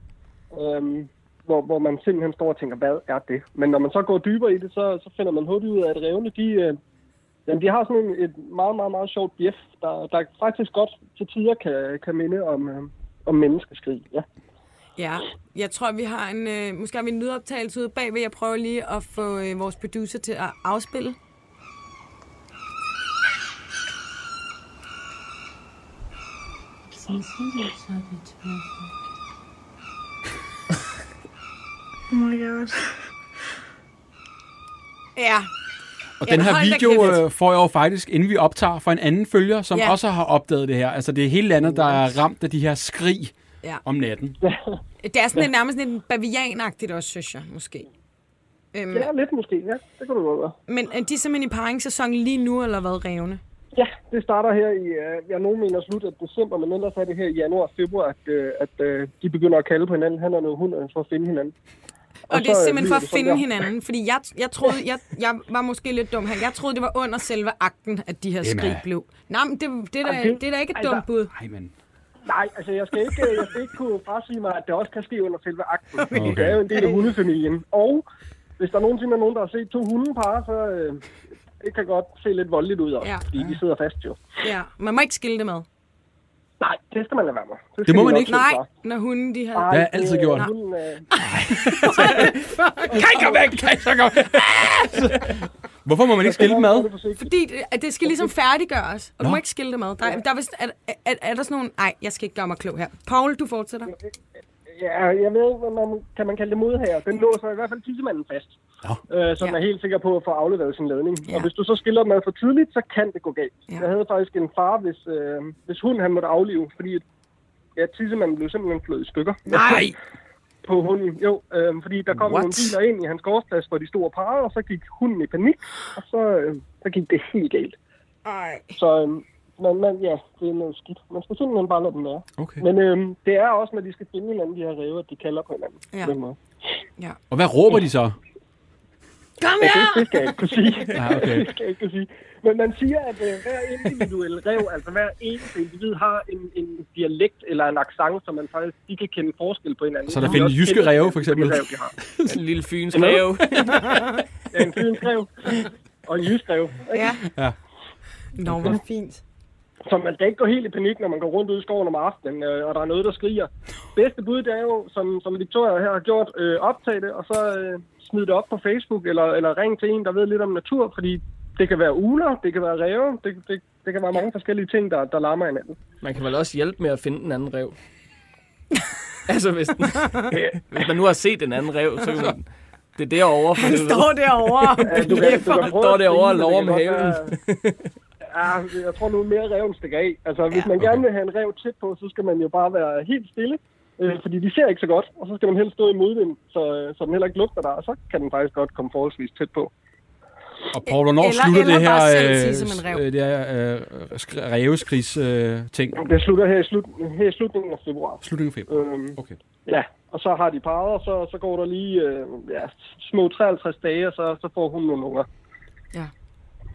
H: Øh,
J: hvor, hvor man simpelthen står og tænker, hvad er det? Men når man så går dybere i det, så, så finder man hurtigt ud af, at revne, de, øh, jamen, de har sådan en, et meget, meget, meget sjovt bjef, der, der faktisk godt til tider kan, kan minde om, øh, om menneskeskrig. Ja.
E: Ja, jeg tror, vi har en... Øh, måske har vi en lydoptagelse ude bagved. Jeg prøver lige at få øh, vores producer til at afspille.
I: Oh my god.
E: Ja.
D: Og
E: Ja,
D: den her
E: hold da kæft.
D: video øh, får jeg jo faktisk, inden vi optager, fra en anden følger, som
E: Ja.
D: også har opdaget det her. Altså, det er hele landet, der er ramt af de her skrig
E: Ja.
D: om natten.
E: Det er sådan lidt, nærmest lidt bavianagtigt også, synes jeg, måske. Øhm,
J: ja, lidt måske. Ja, det kan du godt være.
E: Men er de simpelthen i paringssæson lige nu, eller hvad, Revne?
J: Ja, det starter her i, øh, jeg nogen mener slut af december, men ellers er det her i januar og februar, at, øh, at øh, de begynder at kalde på hinanden. Han er noget hund, for at finde hinanden.
E: Og det
J: så,
E: er
J: øh,
E: simpelthen for at
J: lyder det sådan
E: finde
J: der.
E: hinanden, fordi jeg, jeg troede, jeg, jeg var måske lidt dum her. Jeg troede, det var under selve akten, at de her
D: Emma.
E: skrig blev. Nej, men det, det, er da,
J: Jamen, det-
E: det er da ikke et
J: altså-
E: dumt bud.
D: Nej, men...
J: Nej, altså jeg skal ikke, jeg skal ikke kunne frasige mig, at det også kan ske under selve akten. (laughs) Okay. Det
D: Okay.
J: er jo en del af hundefamilien. Og hvis der nogensinde er nogen, der har set to hundepar, så øh, det kan godt se lidt voldeligt ud også,
E: Ja.
J: ja. fordi de sidder fast jo.
E: Ja, man må ikke skille det med.
J: Nej, det skal man lade være med. Det,
D: Det
J: skal
D: må
J: de
D: man
J: nok
D: ikke.
J: selv
E: Nej,
J: klare.
E: når hunden de her...
J: Nej,
D: Det har jeg altid gjort.
J: øh, Hunden, øh,
D: Kan ikke væk! Kan ikke komme væk! Hvorfor må man ikke skille dem ad?
E: Fordi det, at det skal ligesom færdiggøres, og du
D: Nå.
E: må ikke skille det med. Der, der er, vist, er, er, er der sådan nogle... Nej, jeg skal ikke gøre mig klog her. Paul, du fortsætter.
J: Ja, jeg ved, hvad man, kan man kalde det modhager. Den låser i hvert fald tissemanden fast. Øh, så den
E: Ja.
J: er helt sikker på at få afleveret sin ladning.
E: Ja.
J: Ja. Og hvis du så skiller dem ad for tidligt, så kan det gå galt.
E: Ja.
J: Ja. Jeg havde faktisk en far, hvis, øh, hvis hun han måtte aflive, fordi ja, tissemanden blev simpelthen flået i stykker
D: Nej!
J: på hunden. Jo, øh, fordi der kom
F: What?
J: What? nogle biler ind i hans gårdsplads, hvor de store parrede, og så gik hunden i panik, og så, øh, så gik det helt galt.
E: Ej.
J: Så øh, man, man, ja, det er noget skidt. Man skal simpelthen bare lade dem være.
D: Okay.
J: Men øh, det er også, når de skal finde hinanden, de her ræve, at de kalder på hinanden.
E: Ja.
J: På den måde.
D: Og hvad råber de så?
E: Kom
J: Ja,
E: her!
J: det, det skal jeg ikke kunne
E: (laughs)
J: sige.
D: Ja, Ah, okay.
J: det skal jeg ikke kunne sige. Men man siger, at øh, hver individuel rev, altså hver eneste individ, har en, en dialekt eller en accent, så man faktisk de kan kende forskel på hinanden.
D: Så der
J: De
D: findes
J: også
D: jyske
J: kender
D: ræve, for eksempel?
J: hvilke Rev, de har.
F: Sådan (laughs) en lille fyns ræve.
J: (laughs) Ja, en fynsk rev og en jysk rev.
E: Ja.
D: Ja.
E: Nå, hvor fint.
J: Så man skal ikke gå helt i panik, når man går rundt ude i skoven om aftenen, øh, og der er noget, der skriger. Bedste bud, det er jo, som, som Victoria her har gjort, øh, optag det, og så øh, smid det op på Facebook, eller, eller ring til en, der ved lidt om natur, fordi det kan være uler, det kan være ræve, det, det, det kan være mange forskellige ting, der, der larmer hinanden.
F: Man kan vel også hjælpe med at finde (laughs) en anden rev. altså, hvis, den, hvis man nu har set en anden rev, så kan man... Det er derovre, for
J: (laughs)
F: det,
E: Står derovre.
J: Ja, du
F: er for- står det over og lover med haven.
J: Ja, jeg tror nu mere reven stikker af. Altså, hvis
E: Ja.
J: ja, man gerne vil have en rev tæt på, så skal man jo bare være helt stille. Øh, fordi de ser ikke så godt, og så skal man helst stå i modvind, så, så den heller ikke lugter der, og så kan den faktisk godt komme forholdsvis tæt på.
D: Og Paul, hvornår
E: Eller-
D: slutter
E: eller
D: det her,
E: bare selv
D: øh,
E: sige som en ræv.
D: øh, det her øh, skri- ræveskrigs-ting?
J: Det slutter her i, slut, her i slutningen af februar.
D: Slutningen af februar.
J: Øhm,
D: Okay.
J: ja, og så har de parret, og så, så går der lige øh, ja, små 53 dage, og så, så får hun nogle unger.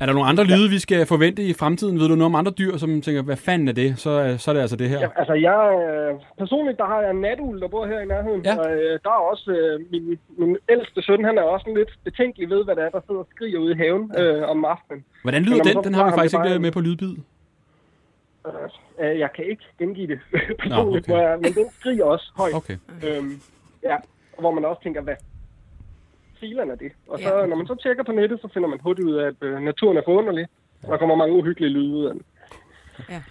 D: Er der nogle andre lyde, vi skal forvente i fremtiden? Ved du noget om andre dyr, som tænker, hvad fanden er det? Så, er- så er det altså det her.
J: Ja, altså, jeg, øh, personligt, der har jeg en natugl, der bor her i nærheden.
D: Ja.
J: Og, øh, der er også øh, min, min ældste søn, han er også sådan lidt betænkelig ved, hvad der er, der sidder og skriger ude i haven øh, om aftenen.
D: Hvordan lyder
J: Men når man
D: den?
J: så
D: Den har vi
J: forklarer
D: faktisk
J: ham, det
D: ikke
J: bare-
D: med på lydbid.
J: Øh, jeg kan ikke gengive det (laughs) personligt,
D: Nå, okay.
J: Nå, okay. men den skriger også højt.
D: Okay.
J: Øhm, ja, og hvor man også tænker, hvad filen er det? Og så,
E: Ja.
J: ja. når man så tjekker på nettet, så finder man hurtigt ud af, at øh, naturen er forunderlig. Der kommer mange uhyggelige lyde ud af den.
E: Ja.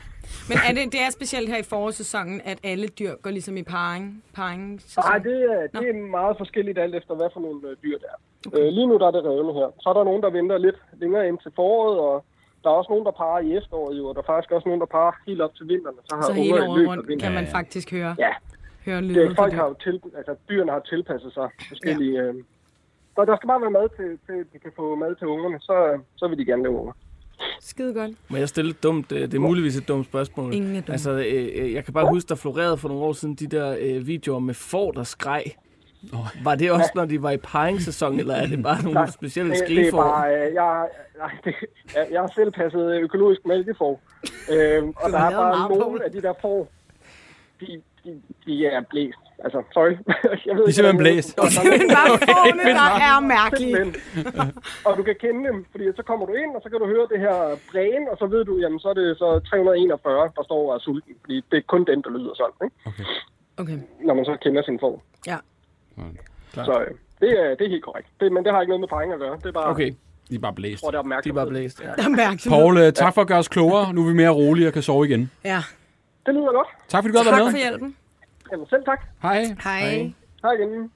E: Men er det, det er specielt her i forårssæsonen, at alle dyr går ligesom i parring? parring
J: Nej, det, er-
E: Nå.
J: det er meget forskelligt alt efter, hvad for nogle øh, dyr der er. Okay. Øh, lige nu der er det revne her. Så er der nogen, der venter lidt længere ind til foråret, og der er også nogen, der parer i efteråret, jo, og der er faktisk også nogen, der parer helt op til vinteren, og så har
E: Så
J: unger
E: hele
J: i
E: året
J: løbet af
E: rundt kan
J: vinteren.
E: man
D: Ja, ja.
E: faktisk høre,
J: Ja,
E: høre
J: det
E: lyden.
J: er,
E: fra
J: folk
E: dyr.
J: har jo til, altså, dyrene har tilpasset sig forskellige... Øh, så der skal bare være mad til, til, de kan få mad til ungerne, så, øh, så vil de gerne lave unger.
E: Skide godt.
F: Må jeg stille et dumt, øh, det er muligvis et dumt spørgsmål.
E: Ingen er dumme.
F: Altså, øh, øh, jeg kan bare huske, der florerede for nogle år siden de der øh, videoer med får, der skreg. Oh. Var det også, når de var i paringssæson, eller er det bare nogle specielle
J: Det, det er
F: skrigefor?
J: bare, øh, jeg, nej, det, jeg- jeg har selv passet økologisk mælkefor, øhm, og der er
E: lavet
J: bare
E: meget på
J: nogle
E: det.
J: af de der får, de, de, de er blæst. Altså, sorry. jeg ved
D: De er
J: ikke,
D: simpelthen
J: hvordan-
D: blæst.
J: Det var
D: (laughs)
E: (laughs)
J: sådan-
D: Simpelthen bare Okay, formene, fedt
E: der nok. er mærkelige.
J: Simpelthen. og du kan kende dem, fordi så kommer du ind, og så kan du høre det her bræn, og så ved du, jamen så er det så 341, der står og er sulten. Fordi det er kun den, der lyder sådan, ikke?
E: Okay.
J: når man så kender sin form.
E: Ja.
J: Så øh, det, er, det er helt korrekt. Det, men det har ikke noget med penge at gøre. Det er bare,
D: Okay. De er bare blæst.
J: Jeg tror, det er opmærksomhed.
F: De er bare blæst, ja.
E: Opmærksomhed.
D: Paul, øh, tak for at gøre os klogere. Nu er vi mere rolige og kan sove igen.
E: Ja.
J: Det lyder godt.
D: Tak fordi du gad at være
E: Tak
D: med.
E: for hjælpen.
J: Jamen selv tak.
D: Hej.
E: Hej.
J: Hej igen.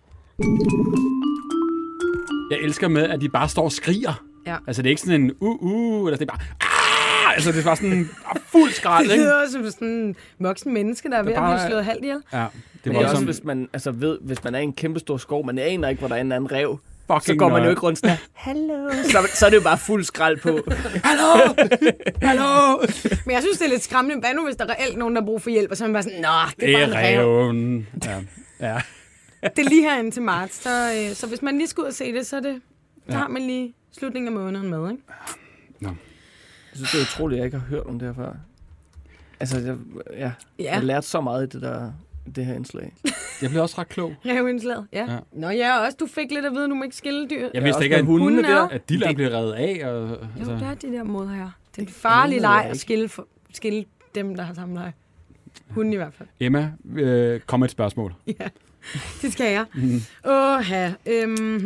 D: Jeg elsker med, at de bare står og skriger.
E: Ja.
D: Altså, det er ikke sådan en uh, uh, eller sådan, det er bare... "Ah!" Altså, det er bare sådan ah, fuld skrald,
E: Det
D: ikke?
E: lyder som sådan en voksen menneske, der er ved at
D: bare-
E: blive slået halvt ihjel.
D: Ja,
F: Det
D: det
F: er også,
D: var som
F: hvis man, altså, ved, hvis man er i en kæmpe stor skov, man aner ikke, hvor der er en anden rev.
D: fucking
F: Så går man jo
D: nøje.
F: ikke rundt sådan her, Hallo. Så, så er det jo bare fuld skrald
D: (laughs)
F: på.
D: Hallo!
E: Men jeg synes, det er lidt skræmmende. Hvad nu, hvis der er reelt nogen, der har brug for hjælp, og så er man bare sådan, nå, det er bare en rev.
D: reven. Ja. ja.
E: Det er lige herinde til marts, så, øh, så hvis man lige skal ud og se det, så er det, der har man lige slutningen af måneden med, ikke?
F: Jeg synes, det er utroligt, at jeg ikke har hørt om det her før. Altså, jeg, ja,
E: Ja.
F: jeg har lært så meget i det, der, det her indslag.
D: Jeg blev også ret klog.
E: Revindslaget, ja. ja.
D: Ja.
E: Nå ja, og også du fik lidt at vide, at du må ikke skille dyr.
D: Jeg vidste ikke, at,
F: med hundene
E: Hunden er-
F: der.
D: at de der blev reddet af. Og,
E: Jo,
D: altså,
E: det er de der mod her. Det er en farlig
F: anede jeg
E: leg at
F: ikke.
E: skille, for, skille dem, der har samme leg. Hunden i hvert fald.
D: Emma, øh, kom med et spørgsmål.
E: Det skal jeg.
D: Mhm.
E: Åh, ja. Øhm,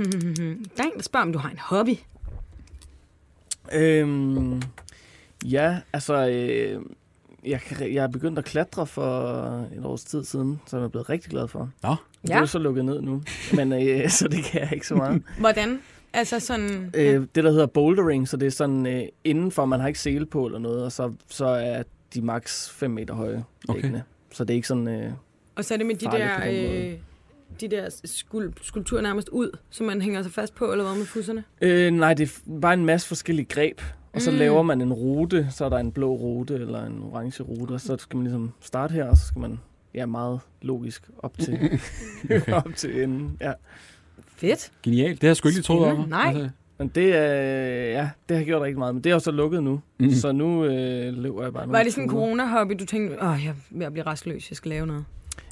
E: der er en, der spørger, om du har en hobby.
F: Øhm, ja, altså, øh, jeg, kan- jeg er begyndt at klatre for et års tid siden, som jeg er blevet rigtig glad for.
D: Nå,
F: Ja. Det er
E: Ja.
F: jo så lukket ned nu, men øh, (laughs) så det kan jeg ikke så
D: (laughs)
F: meget.
E: Hvordan? Altså sådan...
F: øh, det, der hedder bouldering, så det er sådan øh, indenfor, man har ikke sele på eller noget, og så, så er de maks 5 meter høje
D: Okay.
F: dækkene. Så det er ikke sådan... Øh,
E: Og så er det med de
F: farligt
E: der,
F: på den måde.
E: øh, de der skul- skulpturer nærmest ud, som man hænger sig fast på, eller hvad med fusserne?
F: Øh, nej, det er f- bare en masse forskellige greb. Og så
E: Mm.
F: mm. laver man en rute, så er der en blå rute eller en orange rute, og så skal man ligesom starte her, og så skal man, ja, meget logisk op
E: (laughs)
F: til, okay. op til enden. Ja.
E: Fedt.
D: genialt. Det har jeg sgu ikke lige troet
E: Spændende.
D: over.
E: Nej.
D: Altså,
F: Men det, øh, ja, det har gjort rigtig meget, men det er jo så lukket nu,
D: Mm.
F: mm. så nu øh, løber jeg bare
E: Var
F: nogle
E: det sådan en
F: ture.
E: corona-hobby, du tænkte, åh, jeg er ved at blive restløs, jeg skal lave noget?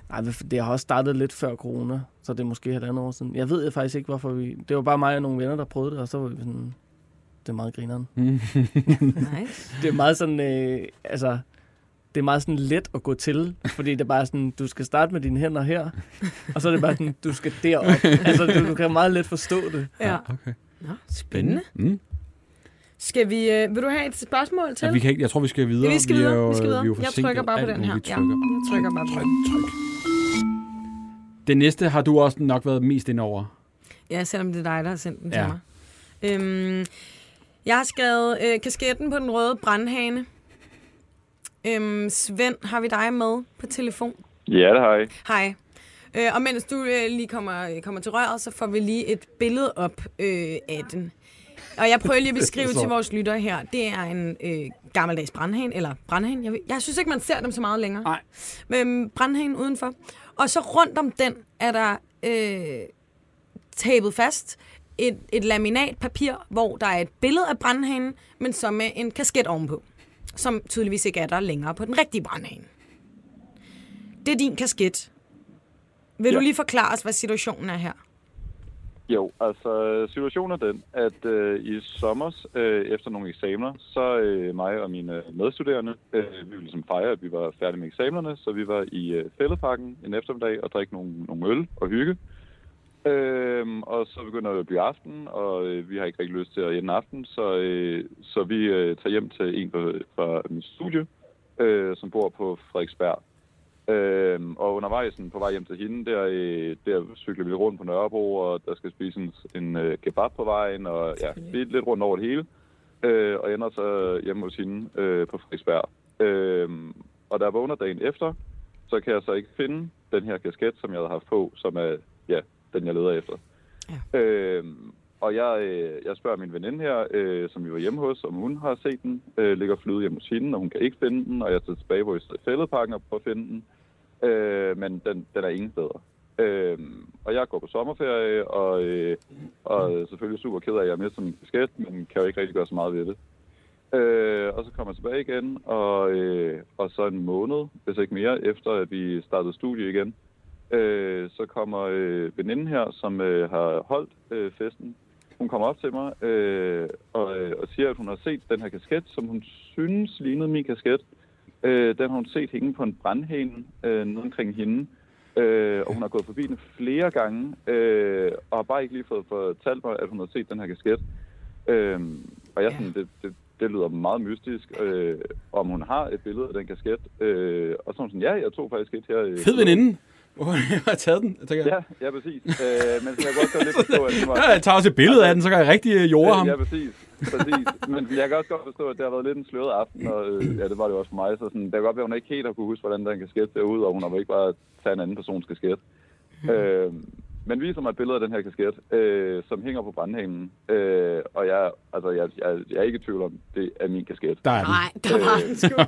F: Nej, men for- det har også startet lidt før corona, så det er måske halvandet år siden. Jeg ved faktisk ikke, hvorfor vi... Det var bare mig og nogle venner, der prøvede det, og så var vi sådan... Det er meget grineren.
E: (laughs) Nice.
F: (laughs) det er meget sådan, øh, altså, det er meget sådan let at gå til, fordi det er bare sådan, du skal starte med dine hænder her, og så er det bare sådan, du skal derop.
E: (laughs)
F: Altså, du, du kan meget let forstå det.
E: ja.
D: okay.
E: Nå, spændende.
D: Mm.
E: Skal vi, øh, vil du have et spørgsmål til?
D: Ja, vi kan ikke, jeg tror, vi skal videre.
E: Ja, vi skal
D: er
E: videre.
D: jo, øh,
E: vi skal videre.
D: Vi er jo
E: jeg
D: forsinket
E: trykker bare på
D: alt
E: den her.
D: muligt,
E: Ja,
D: trykker.
E: jeg trykker bare på den.
D: Det næste har du også nok været mest ind over.
E: Ja, selvom det er dig, der har sendt den
D: Ja.
E: til mig. Øhm, jeg har skrevet øh, kasketten på den røde brandhane. Øhm, Svend, har vi dig med på telefon?
K: Ja, det har jeg.
E: Hej. Øh, og mens du øh, lige kommer, kommer til røret, så får vi lige et billede op øh, af den. Og jeg prøver lige at beskrive til vores lyttere her. Det er en øh, gammeldags brandhane, eller brandhane. Jeg, ved, jeg synes ikke, man ser dem så meget længere.
D: Nej.
E: Men øhm, brandhanen udenfor. Og så rundt om den er der øh, tabet fast et, et laminatpapir, hvor der er et billede af brandhanen, men så med en kasket ovenpå, som tydeligvis ikke er der længere på den rigtige brandhane. Det er din kasket. Vil ja. du
K: Ja.
E: lige forklare os, hvad situationen er her?
K: Jo, altså situationen er den, at øh, i sommer øh, efter nogle eksamener, så øh, mig og mine medstuderende, øh, vi ville ligesom fejre, at vi var færdige med eksamenerne, så vi var i øh, fældeparken en eftermiddag og drikke nogle, nogle øl og hygge. Øhm, og så begynder det at blive aften, og øh, vi har ikke rigtig lyst til at ende aften, så, øh, så vi øh, tager hjem til en fra, fra mit studie, øh, som bor på Frederiksberg. Øhm, og undervejs sådan, på vej hjem til hende, der, øh, der cykler vi rundt på Nørrebro, og der skal spise en, en øh, kebab på vejen, og ja, vi er lidt rundt over det hele. Øh, og ender så hjemme hos hende øh, på Frederiksberg. Øhm, og da jeg vågner dagen efter, så kan jeg så ikke finde den her kasket, som jeg havde haft på, som er ja, den, jeg leder efter. Ja. Øhm, og jeg, øh, jeg spørger min veninde her, øh, som vi var hjemme hos, om hun har set den. Øh, ligger flyde hjemme hos hende, og hun kan ikke finde den. Og jeg tager tilbage, hvor jeg sidder i fældeparken og prøver at finde den. Øh, men den, den er ingen steder. Øh, og jeg går på sommerferie, og, øh, og er selvfølgelig super ked af, at jeg mister min kasket, men kan jo ikke rigtig gøre så meget ved det. Øh, og så kommer jeg tilbage igen, og, øh, og så en måned, hvis ikke mere, efter at vi startede studie igen, Øh, så kommer øh, veninden her, som øh, har holdt øh, festen. Hun kommer op til mig øh, og, øh, og siger, at hun har set den her kasket, som hun synes lignede min kasket. Øh, den har hun set hænge på en brandhæn øh, nede omkring hende. Øh, og hun har gået forbi den flere gange, øh, og har bare ikke lige fået fortalt mig, at hun har set den her kasket. Øh, og jeg er sådan, det, det, det lyder meget mystisk, øh, om hun har et billede af den kasket. Øh, og så er hun sådan, ja, jeg tog faktisk et her. øh,
D: Fed veninde. Hvor (laughs) jeg har taget den, tænker jeg.
K: Ja, ja, præcis. Øh, men så kan jeg godt godt lidt forstå, at det var...
D: (laughs) Ja, jeg tager også et billede af den, så kan jeg rigtig øh, jorde ham.
K: Ja, præcis. præcis. Men jeg kan også godt forstå, at det har været lidt en sløret aften, og øh, ja, det var det jo også for mig. Så sådan, det kan godt være, at hun ikke helt har kunne huske, hvordan den kasket ser ud, og hun har vel ikke bare taget en anden persons kasket.
D: Mhm.
K: Øh, men viser mig et billede af den her kasket, øh, som hænger på brandhængen. Øh, og jeg, altså, jeg, jeg, jeg er ikke i tvivl om, det er min kasket. Øh,
D: Der er den. Nej, der var den sgu.
K: (laughs)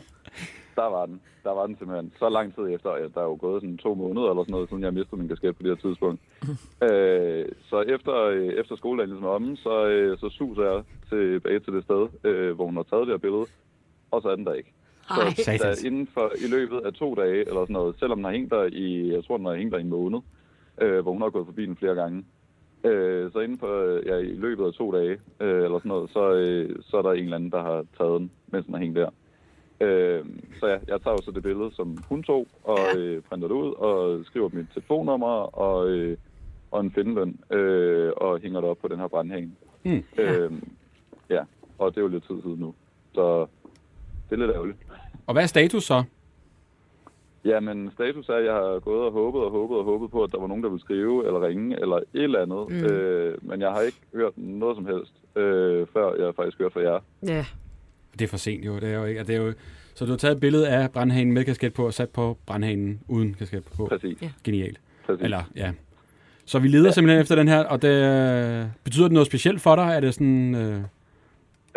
K: Der var den. Der var den simpelthen. Så lang tid efter, ja, der er jo gået sådan to måneder eller sådan noget, siden jeg mistede min kasket på det her tidspunkt. Øh, så efter, øh, efter skoledagen ligesom er omme, så, øh, så suser jeg tilbage til det sted, øh, hvor hun har taget det her billede, og så er den der ikke.
L: Ej.
K: Så
L: Satans.
K: der, inden for i løbet af to dage eller sådan noget, selvom den har hængt der i, jeg tror den har hængt der i en måned, øh, hvor hun har gået forbi den flere gange, øh, så inden for øh, ja, i løbet af to dage øh, eller sådan noget, så, øh, så er der en eller anden, der har taget den, mens den har hængt der. Øh, så ja, jeg tager jo så det billede, som hun tog, og øh, printer det ud, og skriver mit telefonnummer og, øh, og en findeløn, øh, og hænger det op på den her brandhæng.
D: Mm.
K: Øh, ja, og det er jo lidt tid siden nu, så det er lidt ærgerligt.
D: Og hvad er status så?
K: Ja, men status er, at jeg har gået og håbet og håbet og håbet på, at der var nogen, der ville skrive eller ringe eller et eller andet.
E: Mm.
K: Mm. Øh, men jeg har ikke hørt noget som helst, øh, før jeg faktisk hørte fra jer.
E: Ja.
D: Det er for sent jo. Det er jo ikke. Det er jo så du har taget et billede af brandhanen med kasket på og sat på brandhanen uden kasket på.
K: Præcis.
D: Ja. Genialt.
K: Præcis.
D: Eller, ja. Så vi leder ja. simpelthen efter den her, og det, øh, betyder det noget specielt for dig? Er det sådan... Øh,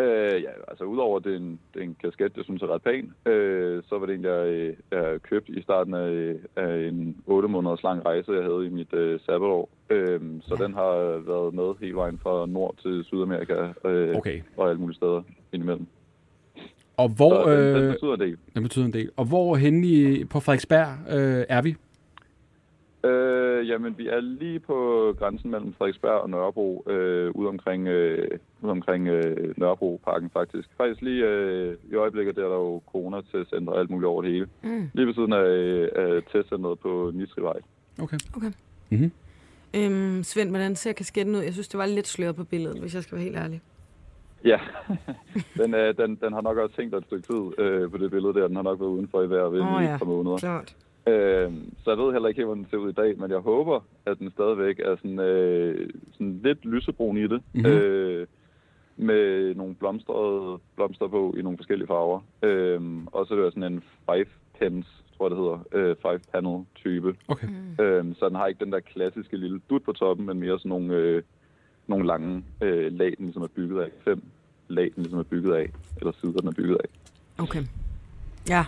K: Øh, ja, altså udover det er en, det er en kasket, jeg synes er ret pæn, øh, så var det en, jeg, øh, jeg købte i starten af, af en 8 måneders lang rejse, jeg havde i mit øh, sabbatår. Øh, så den har været med hele vejen fra Nord til Sydamerika øh,
D: Okay.
K: og alle mulige steder indimellem.
D: og hvor... øh,
K: så, den, den betyder en del.
D: Den betyder en del. Og hvor hen i, på Frederiksberg øh, er vi?
K: Øh, jamen, vi er lige på grænsen mellem Frederiksberg og Nørrebro, øh, ude omkring, øh, ude omkring øh, Nørrebroparken faktisk. Faktisk lige øh, i øjeblikket, der er der jo corona-testcenter og alt muligt over det hele.
E: Mm.
K: Lige ved siden af, øh, af testcenteret på Nistrivej.
D: Okay.
E: Okay.
D: Mhm.
E: Øhm, Svend, hvordan ser kasketten ud? Jeg synes, det var lidt sløret på billedet, hvis jeg skal være helt ærlig.
K: Ja, (laughs) den, øh, den, den har nok også tænkt et stykke tid øh, på det billede der. Den har nok været udenfor i hver ved
E: Åh
K: oh,
E: ja,
K: ja. par måneder.
E: klart.
K: Øh, så jeg ved heller ikke helt, hvordan den ser ud i dag, men jeg håber, at den stadigvæk er sådan, øh, sådan lidt lysebrun i det.
D: Mhm.
K: Mm-hmm. Øh, med nogle blomstrede blomster på i nogle forskellige farver. Øh, og så er det jo sådan en five pens, tror jeg det hedder. Øh, five panel type.
D: Okay.
K: Øh, så den har ikke den der klassiske lille dut på toppen, men mere sådan nogle, øh, nogle lange øh, lag, den ligesom er bygget af. Fem lag, den ligesom er bygget af. Eller sider, den er bygget af.
E: Okay. Ja.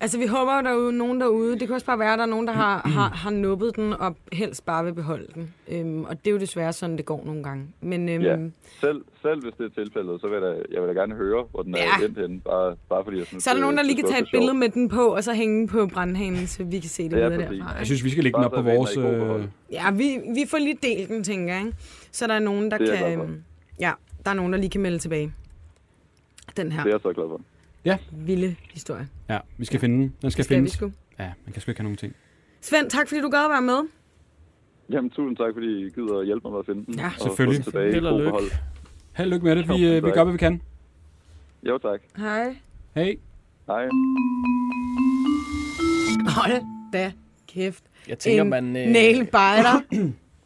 E: Altså, vi håber, at der er nogen derude. Det kan også bare være, at der er nogen, der har,
K: (clears throat)
E: har, har nuppet den, og helst bare vil beholde den. Øhm, og det er jo desværre sådan, det går nogle gange. Men øhm,
K: Ja, selv, selv hvis det er tilfældet, så vil jeg, da- jeg vil da gerne høre, hvor den er
E: Ja.
K: ja. endt henne, bare, bare fordi jeg synes,
E: så er der
K: det-
E: nogen, der lige
K: det
E: kan
K: er
E: tage et
K: sjovt.
E: billede med den på, og så hænge den på brandhanen, så vi kan se det
K: Ja,
E: videre
K: præcis.
E: derfra.
D: Jeg synes, vi skal lægge den op på vores... Øh,
E: Ja, vi, vi får lige delt den, tænker jeg. ikke? Så der er nogen, der
D: Det er jeg
E: kan...
D: glad for.
E: øhm, Ja, der er nogen, der lige kan melde tilbage. Den her
K: Det er jeg så glad for.
D: ja,
E: vilde historie.
D: ja, vi skal finde den. Den skal,
E: Det skal
D: findes.
E: vi sgu.
D: Ja, man kan sgu ikke have nogen ting.
E: Svend, tak fordi du gad at være med.
K: Jamen, tusind tak, fordi I gider at hjælpe mig med at finde den.
E: Ja.
K: og få den
D: Selvfølgelig.
K: Tilbage,
D: Held og lykke. Held og lykke med det.
K: Jo,
D: Vi, øh, vi
K: tak.
D: gør, hvad vi kan.
K: Jo, tak.
E: Hej.
D: Hej.
K: Hej.
E: Hold da kæft.
F: Jeg tænker,
E: en
F: man, øh,
E: nail
D: (clears throat)
E: biter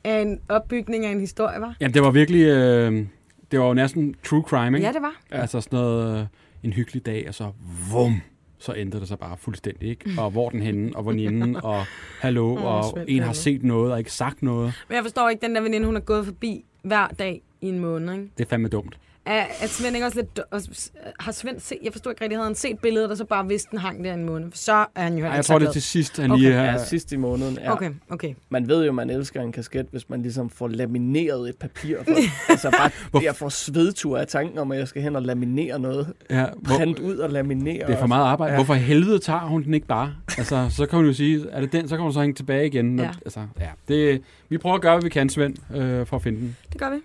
E: af en opbygning af en historie, var.
D: Jamen, det var virkelig... Øh, det var jo næsten true crime, ikke?
E: Ja, det var.
D: Altså sådan noget... Øh, en hyggelig dag, og så vum, så ændrede det sig bare fuldstændig, ikke? Og hvor er den henne, og hvor er den henne, og hallo,
E: (laughs) Åh,
D: og
E: Svend,
D: en har
E: hallo.
D: set noget og ikke sagt noget.
E: Men jeg forstår ikke den der veninde, hun er gået forbi hver dag i en måned, ikke?
D: Det er fandme dumt.
E: Er, er Svend ikke også lidt... dø- og s- Har Svend set... Jeg forstod ikke rigtig, havde han set billedet, og så bare vidste, den hang der en måned. For så er han
F: Ej,
E: jo altså- heller ikke
F: jeg
E: så
F: tror, det er
E: glad.
F: til sidst, han lige er- Ja, sidst i måneden, ja.
E: Okay, okay.
F: Man ved jo, man elsker en kasket, hvis man ligesom får lamineret et papir.
E: (laughs)
F: For, altså bare, jeg får svedtur af tanken om, at jeg skal hen og laminere noget.
D: Ja, hvor-
F: Print ud og laminere.
D: Det er for
F: og-
D: meget arbejde. Ja.
F: Ja.
D: Hvorfor i helvede tager hun den ikke bare? Altså, så kan hun jo sige, er det den, så kan hun så hænge tilbage igen.
E: Ja.
D: Ja. Altså, ja. Det, vi prøver at gøre, hvad vi kan, Svend, øh, for at finde den.
E: Det gør vi.
D: Er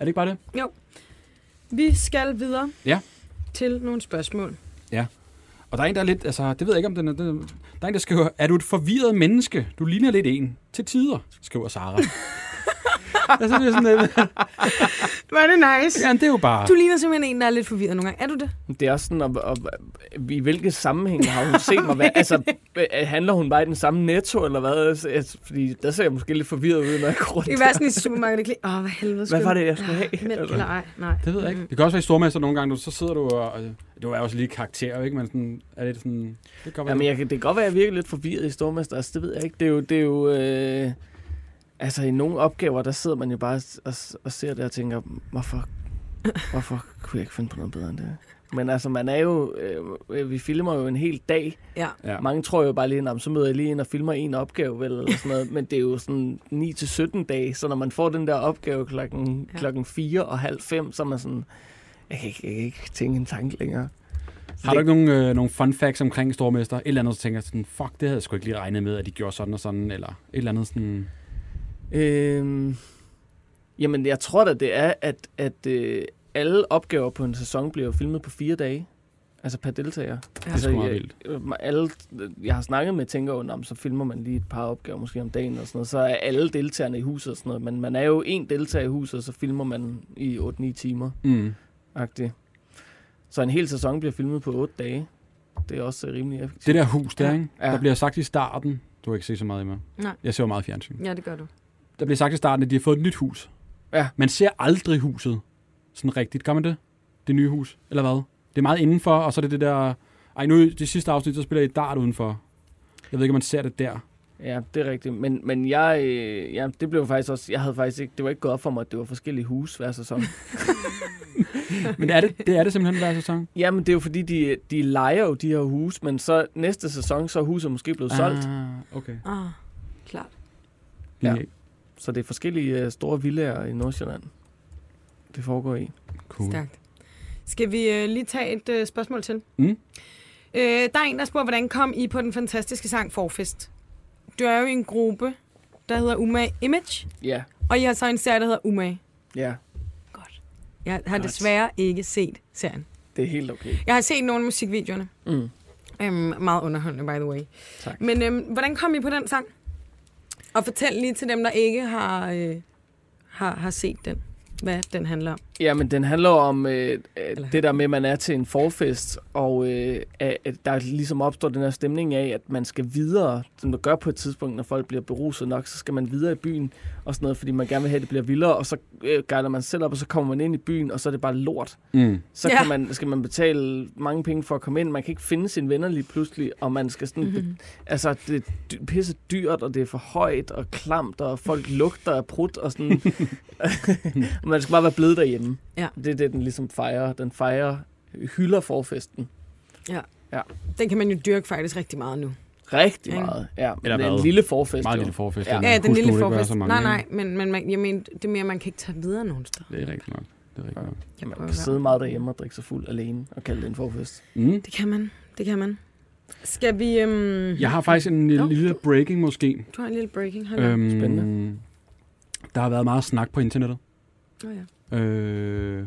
D: det ikke bare det?
E: Jo. Vi skal videre
D: Ja.
E: til nogle spørgsmål.
D: Ja. Og der er en, der er lidt, altså, det ved jeg ikke, om den er, den, der er en, der skriver, er du et forvirret menneske? Du ligner lidt en. Til tider, skriver
F: (laughs)
D: Sara. altså, det er sådan lidt,
E: Var det nice?
D: Ja, det er jo bare...
E: Du ligner simpelthen en, der er lidt forvirret nogle gange. Er du det?
F: Det er også sådan, og, og, i hvilke sammenhænge har hun set mig? Hvad,
E: (laughs)
F: altså, øh, handler hun bare i den samme netto, eller hvad? Altså, altså, Fordi der ser jeg måske lidt forvirret ud, når jeg går rundt.
E: I hver sådan i supermarkedet. Åh, oh, hvad helvede skulle
F: var det, jeg skulle have?
E: Mælk
F: Eller-
E: eller ej? Nej. Mm.
D: Det ved jeg ikke. Det kan også være i stormester nogle gange, du, så sidder du og... og Det var også lige karakter, ikke? Men sådan, er lidt sådan... Det kan godt være-
F: Jamen, jeg, kan- det kan godt være, at jeg virker lidt forvirret i Stormester. Altså, det ved jeg ikke. Det er jo... Det er jo øh, altså, i nogle opgaver, der sidder man jo bare og, og ser det og tænker, hvorfor, hvorfor kunne jeg ikke finde på noget bedre end det? her?" Men altså, man er jo... Øh, vi filmer jo en hel dag.
E: Ja.
D: Ja.
F: Mange tror jo bare lige, "Nå, men så møder jeg lige ind og filmer en opgave, vel, eller sådan noget. Men det er jo sådan 9-17 dage, så når man får den der opgave klokken, ja. klokken 4 og halv 5, så er man sådan... Jeg kan, ikke, jeg kan ikke tænke en tanke længere.
D: Har du ikke nogen, øh, nogle fun facts omkring Stormester? Et eller andet, så tænker jeg sådan, fuck, det havde jeg sgu ikke lige regnet med, at de gjorde sådan og sådan, eller et eller andet sådan...
F: Øhm, jamen, jeg tror da, det er, at, at øh, alle opgaver på en sæson bliver jo filmet på fire dage. Altså per deltager.
D: Det er
F: altså,
D: sgu meget
F: jeg, øh, alle, jeg har snakket med tænker jo, "Nå, men så filmer man lige et par opgaver måske om dagen og sådan noget. Så er alle deltagerne i huset og sådan noget. Men man er jo en deltager i huset, og så filmer man i 8-9 timer.
D: Mm.
F: Agtigt. Så en hel sæson bliver filmet på 8 dage. Det er også øh, rimelig effektivt.
D: Det der hus der,
F: Ja.
D: ikke?
F: Ja.
D: Der bliver sagt i starten... Du har ikke set så meget i mig.
E: Nej.
D: Jeg ser jo meget fjernsyn.
E: Mm. Ja, det gør du.
D: Der bliver sagt i starten, at de har fået et nyt hus.
F: Ja.
D: Man ser aldrig huset sådan rigtigt. Gør man det? Det nye hus, eller hvad? Det er meget indenfor, og så er det det der... Ej, nu i det sidste afsnit, så spiller I dart udenfor. Jeg ved ikke, om man ser det der.
F: Ja, det er rigtigt. Men, men jeg, øh, ja, det blev faktisk også, jeg havde faktisk ikke, det var ikke gået op for mig, at det var forskellige huse hver sæson.
D: (laughs) Men er det, det er det simpelthen hver sæson?
F: Jamen, det er jo fordi, de, de leger jo de her huse, men så næste sæson, så er huset måske blevet solgt.
D: Ah, okay.
E: Ah, klart.
F: Ja. Så det er forskellige øh, store villager i Nordsjælland, det foregår i.
D: Cool.
E: Stærkt. Skal vi øh, lige tage et øh, spørgsmål til?
D: Mm.
E: Øh, der er en, der spørger, hvordan kom I på den fantastiske sang Forfest? Du er jo i en gruppe, der hedder Umage Image,
F: Ja,
E: og I har så en serie, der hedder Umage.
F: ja,
E: Jeg har desværre ikke set serien.
F: det er helt okay.
E: Jeg har set nogle af musikvideoerne.
F: Mm.
E: Øhm, meget underholdende, by the way.
F: Tak.
E: Men øhm, hvordan kom I på den sang? Og fortæl lige til dem, der ikke har, øh, har, har set den, hvad den handler om.
F: Ja, men den handler om øh, øh, det der med, at man er til en forfest, og øh, at at der ligesom opstår den her stemning af, at man skal videre, som du gør på et tidspunkt, når folk bliver beruset nok, så skal man videre i byen og sådan noget, fordi man gerne vil have, at det bliver vildere, og så øh, gejler man selv op, og så kommer man ind i byen, og så er det bare lort.
D: Mm.
F: Så
D: Ja.
F: kan man, skal man betale mange penge for at komme ind, man kan ikke finde sine venner lige pludselig, og man skal sådan...
E: Mhm.
F: Mm-hmm. Altså, det er dy- pisse dyrt, og det er for højt og klamt, og folk lugter af prut, og
E: (laughs)
F: sådan... Og man skal bare være blevet derhjemme.
E: Ja.
F: Det er det, den ligesom fejrer. Den fejrer, hylder forfesten.
E: Ja.
F: Ja.
E: Den kan man jo dyrke faktisk rigtig meget nu.
F: Rigtig
E: Ikke?
F: meget. Ja.
D: Eller
F: det er
D: hvad?
F: en lille forfest.
D: Meget
F: jo.
D: lille forfest,
F: Ja.
D: den
E: Ja,
D: Husk nu,
E: den lille
D: det ikke at være
E: forfest.
D: så
E: Nej,
D: mange,
E: nej, men, men man, jeg mener, det er mere, man kan ikke tage videre nogen steder.
D: Det er rigtigt nok. Det er rigtigt nok.
F: Man
E: prøver
F: kan sidde meget derhjemme og drikke sig fuld alene og kalde det en forfest.
D: Mm.
E: Det kan man, det kan man. Skal vi... Øhm,
D: Jeg har faktisk en lille, lille breaking måske.
E: Du har en lille breaking, hold øhm,
D: Øhm,
E: Spændende.
D: Der har været meget snak på internettet.
E: Nå ja.
D: øh,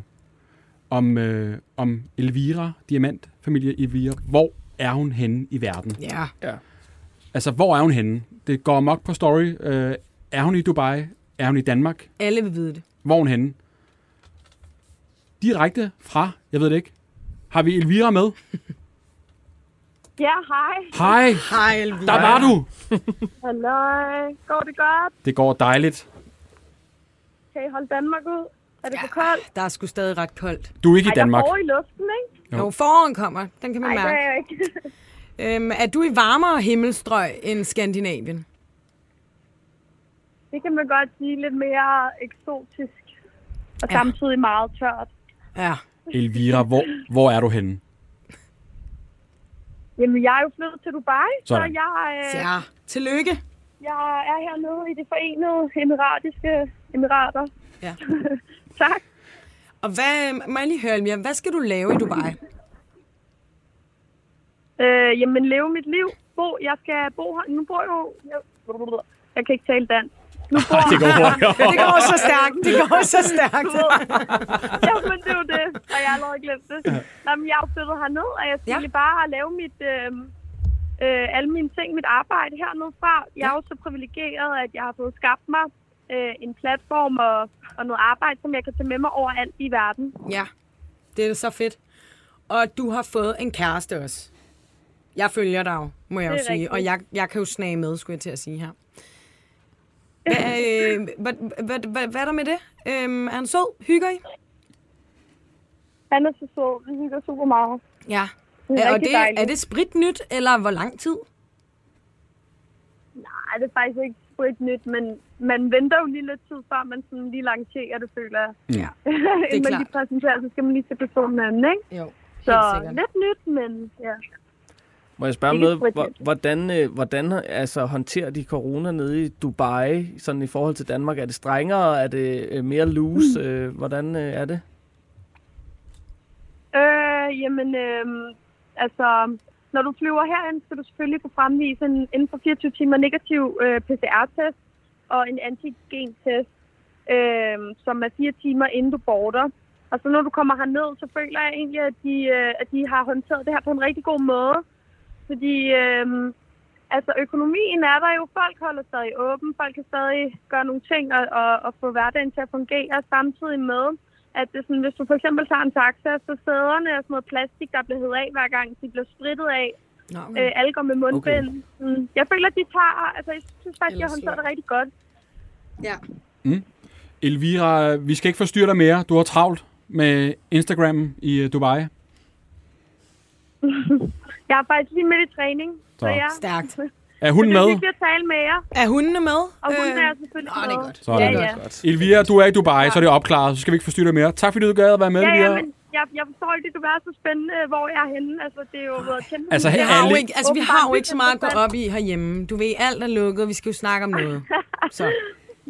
D: om, øh, om Elvira, diamant, familie Elvira. Hvor er hun henne i verden?
E: Ja.
F: ja.
D: Altså, hvor er hun henne? Det går amok på story. Øh, er hun i Dubai? Er hun i Danmark?
E: Alle vil vide det.
D: Hvor er hun henne? Direkte fra, jeg ved det ikke. Har vi Elvira med?
L: Ja, hej.
D: Hej!
E: Hej, Elvira.
D: Der var du!
L: Hallo. Går det godt?
D: Det går dejligt.
L: Kan I holde Danmark ud? Er det for koldt?
E: Der er sgu stadig ret koldt.
D: Du er ikke i Danmark.
L: Ej, der er hår i luften, ikke?
D: Jo.
E: Jo, jo foråren kommer. Den kan man
L: Nej, det
E: mærke.
L: er jeg ikke. (laughs)
E: Øhm, er du i varmere himmelstrøg end Skandinavien?
L: Det kan man godt sige lidt mere eksotisk. Og samtidig meget tørt.
E: Ja.
D: Elvira, hvor, hvor er du henne?
L: Jamen, jeg er jo flyttet til Dubai, så
D: Sådan.
L: jeg, øh,
E: ja. tillykke.
L: jeg er hernede i det forenede emiratiske emirater.
E: Ja.
L: tak.
E: Og hvad, må jeg lige høre, Elvira, hvad skal du lave i Dubai?
L: Øh, jamen, leve mit liv. Bo, jeg skal bo her. Nu bor jeg jo... Jeg, jeg kan ikke tale dansk. Nu bor
E: det går hurtigt. Det går så stærkt, det går så stærkt.
L: Du
A: (laughs)
L: ved. (laughs) jamen, det er jo det, og jeg har allerede glemt det. Nå, men jeg er jo flyttet herned, og jeg skal ja. bare lave mit, øh, øh, alle mine ting, mit arbejde hernede fra. Jeg er jo så privilegeret, at jeg har fået skabt mig øh, en platform og, og noget arbejde, som jeg kan tage med mig overalt i verden.
E: Ja, det er så fedt. Og du har fået en kæreste også. Jeg følger dig jo, må jeg
L: Det
E: jo
L: er
E: sige.
L: rigtigt.
E: Og jeg, jeg kan jo snage med, skulle jeg til at sige
L: (laughs)
E: her. Hvad, øh, hvad, hvad, hvad, hvad er der med det? Øhm, er han sød? Hygger I?
L: Han er så sød. Vi hygger super meget.
E: Ja.
L: Det er
E: Er, og
L: rigtig
E: det,
L: dejligt.
E: er det spritnyt, eller hvor lang tid?
L: Nej, det er faktisk ikke sprit nyt, men man venter jo lige lidt tid, før man sådan lige lancerer det, føler jeg.
E: Ja,
L: (laughs) Inden man lige
E: klart.
L: præsenterer, så skal man lige se personen anden, ikke?
E: Jo,
L: Så
F: sikkert.
L: lidt nyt, men ja.
F: Må jeg spørge om
L: Ikke
F: noget?
L: frygteligt.
F: Hvor- Hvordan, øh, hvordan altså, håndterer de corona nede i Dubai, sådan i forhold til Danmark? Er det strengere? Er det øh, mere loose?
M: Hmm.
F: Øh, Hvordan øh, er det?
L: Øh, jamen, øh, altså, når du flyver herhen, skal du selvfølgelig kunne fremvise en inden for 24 timer negativ øh, PCR-test og en antigen-test, øh, som er fire timer inden du border. Og så når du kommer herned, så føler jeg egentlig, at de, øh, at de har håndteret det her på en rigtig god måde. Fordi øh, altså, økonomien er der jo. Folk holder stadig åben. Folk kan stadig gøre nogle ting og, og, og få hverdagen til at fungere samtidig med, at det er sådan, hvis du for eksempel tager en taxa, så sæderne er sådan noget plastik, der bliver hævet af hver gang, de bliver sprittet af.
E: Nå,
L: okay. øh, alle går med mundbind. Okay. Mm. Jeg føler, at de tager... Altså, jeg synes faktisk, jeg
E: Ellers
L: håndterer det
E: slap.
L: rigtig godt.
E: Ja.
D: Mm. Elvira, vi skal ikke forstyrre dig mere. Du har travlt med Instagram i øh, Dubai.
L: Jeg er faktisk lige midt i træning. Så,
D: Så.
L: jeg... (laughs)
E: Stærkt.
D: Er hun
L: Det er
D: med?
L: hyggeligt at tale med jer.
E: Er hundene med? Øhm,
L: Og hundene er selvfølgelig med. det er godt.
D: Sådan.
L: Ja, ja.
D: Elvira, du er i Dubai, så er det opklaret. Så skal vi ikke forstyrre dig mere. Tak fordi du gad at være med,
L: ja, ja,
D: Elvira.
L: men jeg, jeg forstår ikke, det du er så spændende, hvor jeg er henne. Altså, det er jo været kæmpe...
D: Altså,
E: Vi
D: her
E: har, jo
D: alle-
E: ikke, altså, vi har jo ikke så meget at gå op i herhjemme. Du ved, alt er lukket, vi skal jo snakke om
L: (laughs)
E: noget. Så.
L: Det,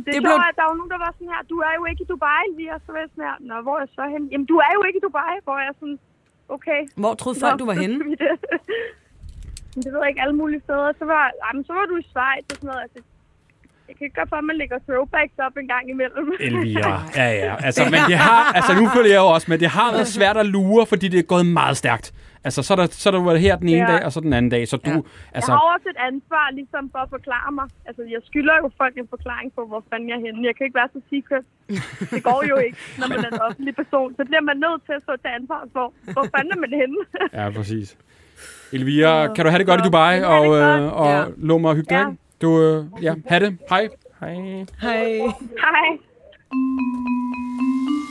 L: det
E: Det
L: blev...
E: blev-
L: at der var nogen, der var sådan her, du er jo ikke i Dubai, lige og så var jeg sådan her, Nå, hvor er jeg så henne? Jamen, du er jo ikke i Dubai, hvor jeg sådan, okay.
E: Hvor troede folk,
L: Nå,
E: du var
L: så
E: henne?
L: skal vi det. (laughs) Men det ved jeg ikke, alle mulige steder. Så var, ej, men så var du i Schweiz og sådan noget. Altså, jeg kan ikke gøre for, at man lægger throwbacks op en gang imellem.
D: Elvira. Ja, ja. Altså, men det har, altså, nu følger jeg jo også med. Det har været svært at lure, fordi det er gået meget stærkt. Altså, så er der, så er der været her den ene
L: Ja.
D: dag, og så den anden dag. Så du,
L: Altså... Jeg har
D: altså,
L: også et ansvar ligesom for at forklare mig. Altså, jeg skylder jo folk en forklaring på, hvor fanden jeg er henne. Jeg kan ikke være så
E: (laughs)
L: secret. Det går jo ikke, når man er en offentlig person. Så bliver man nødt til at stå til ansvar for, hvor fanden er man henne. (laughs)
D: ja, præcis. Elvira, kan du have det godt i Dubai, og, øh, og lå mig og hygge dig
L: Ja.
D: ind? Du, øh, ja, have det. Hej. Hej.
E: Hej.
L: Hej.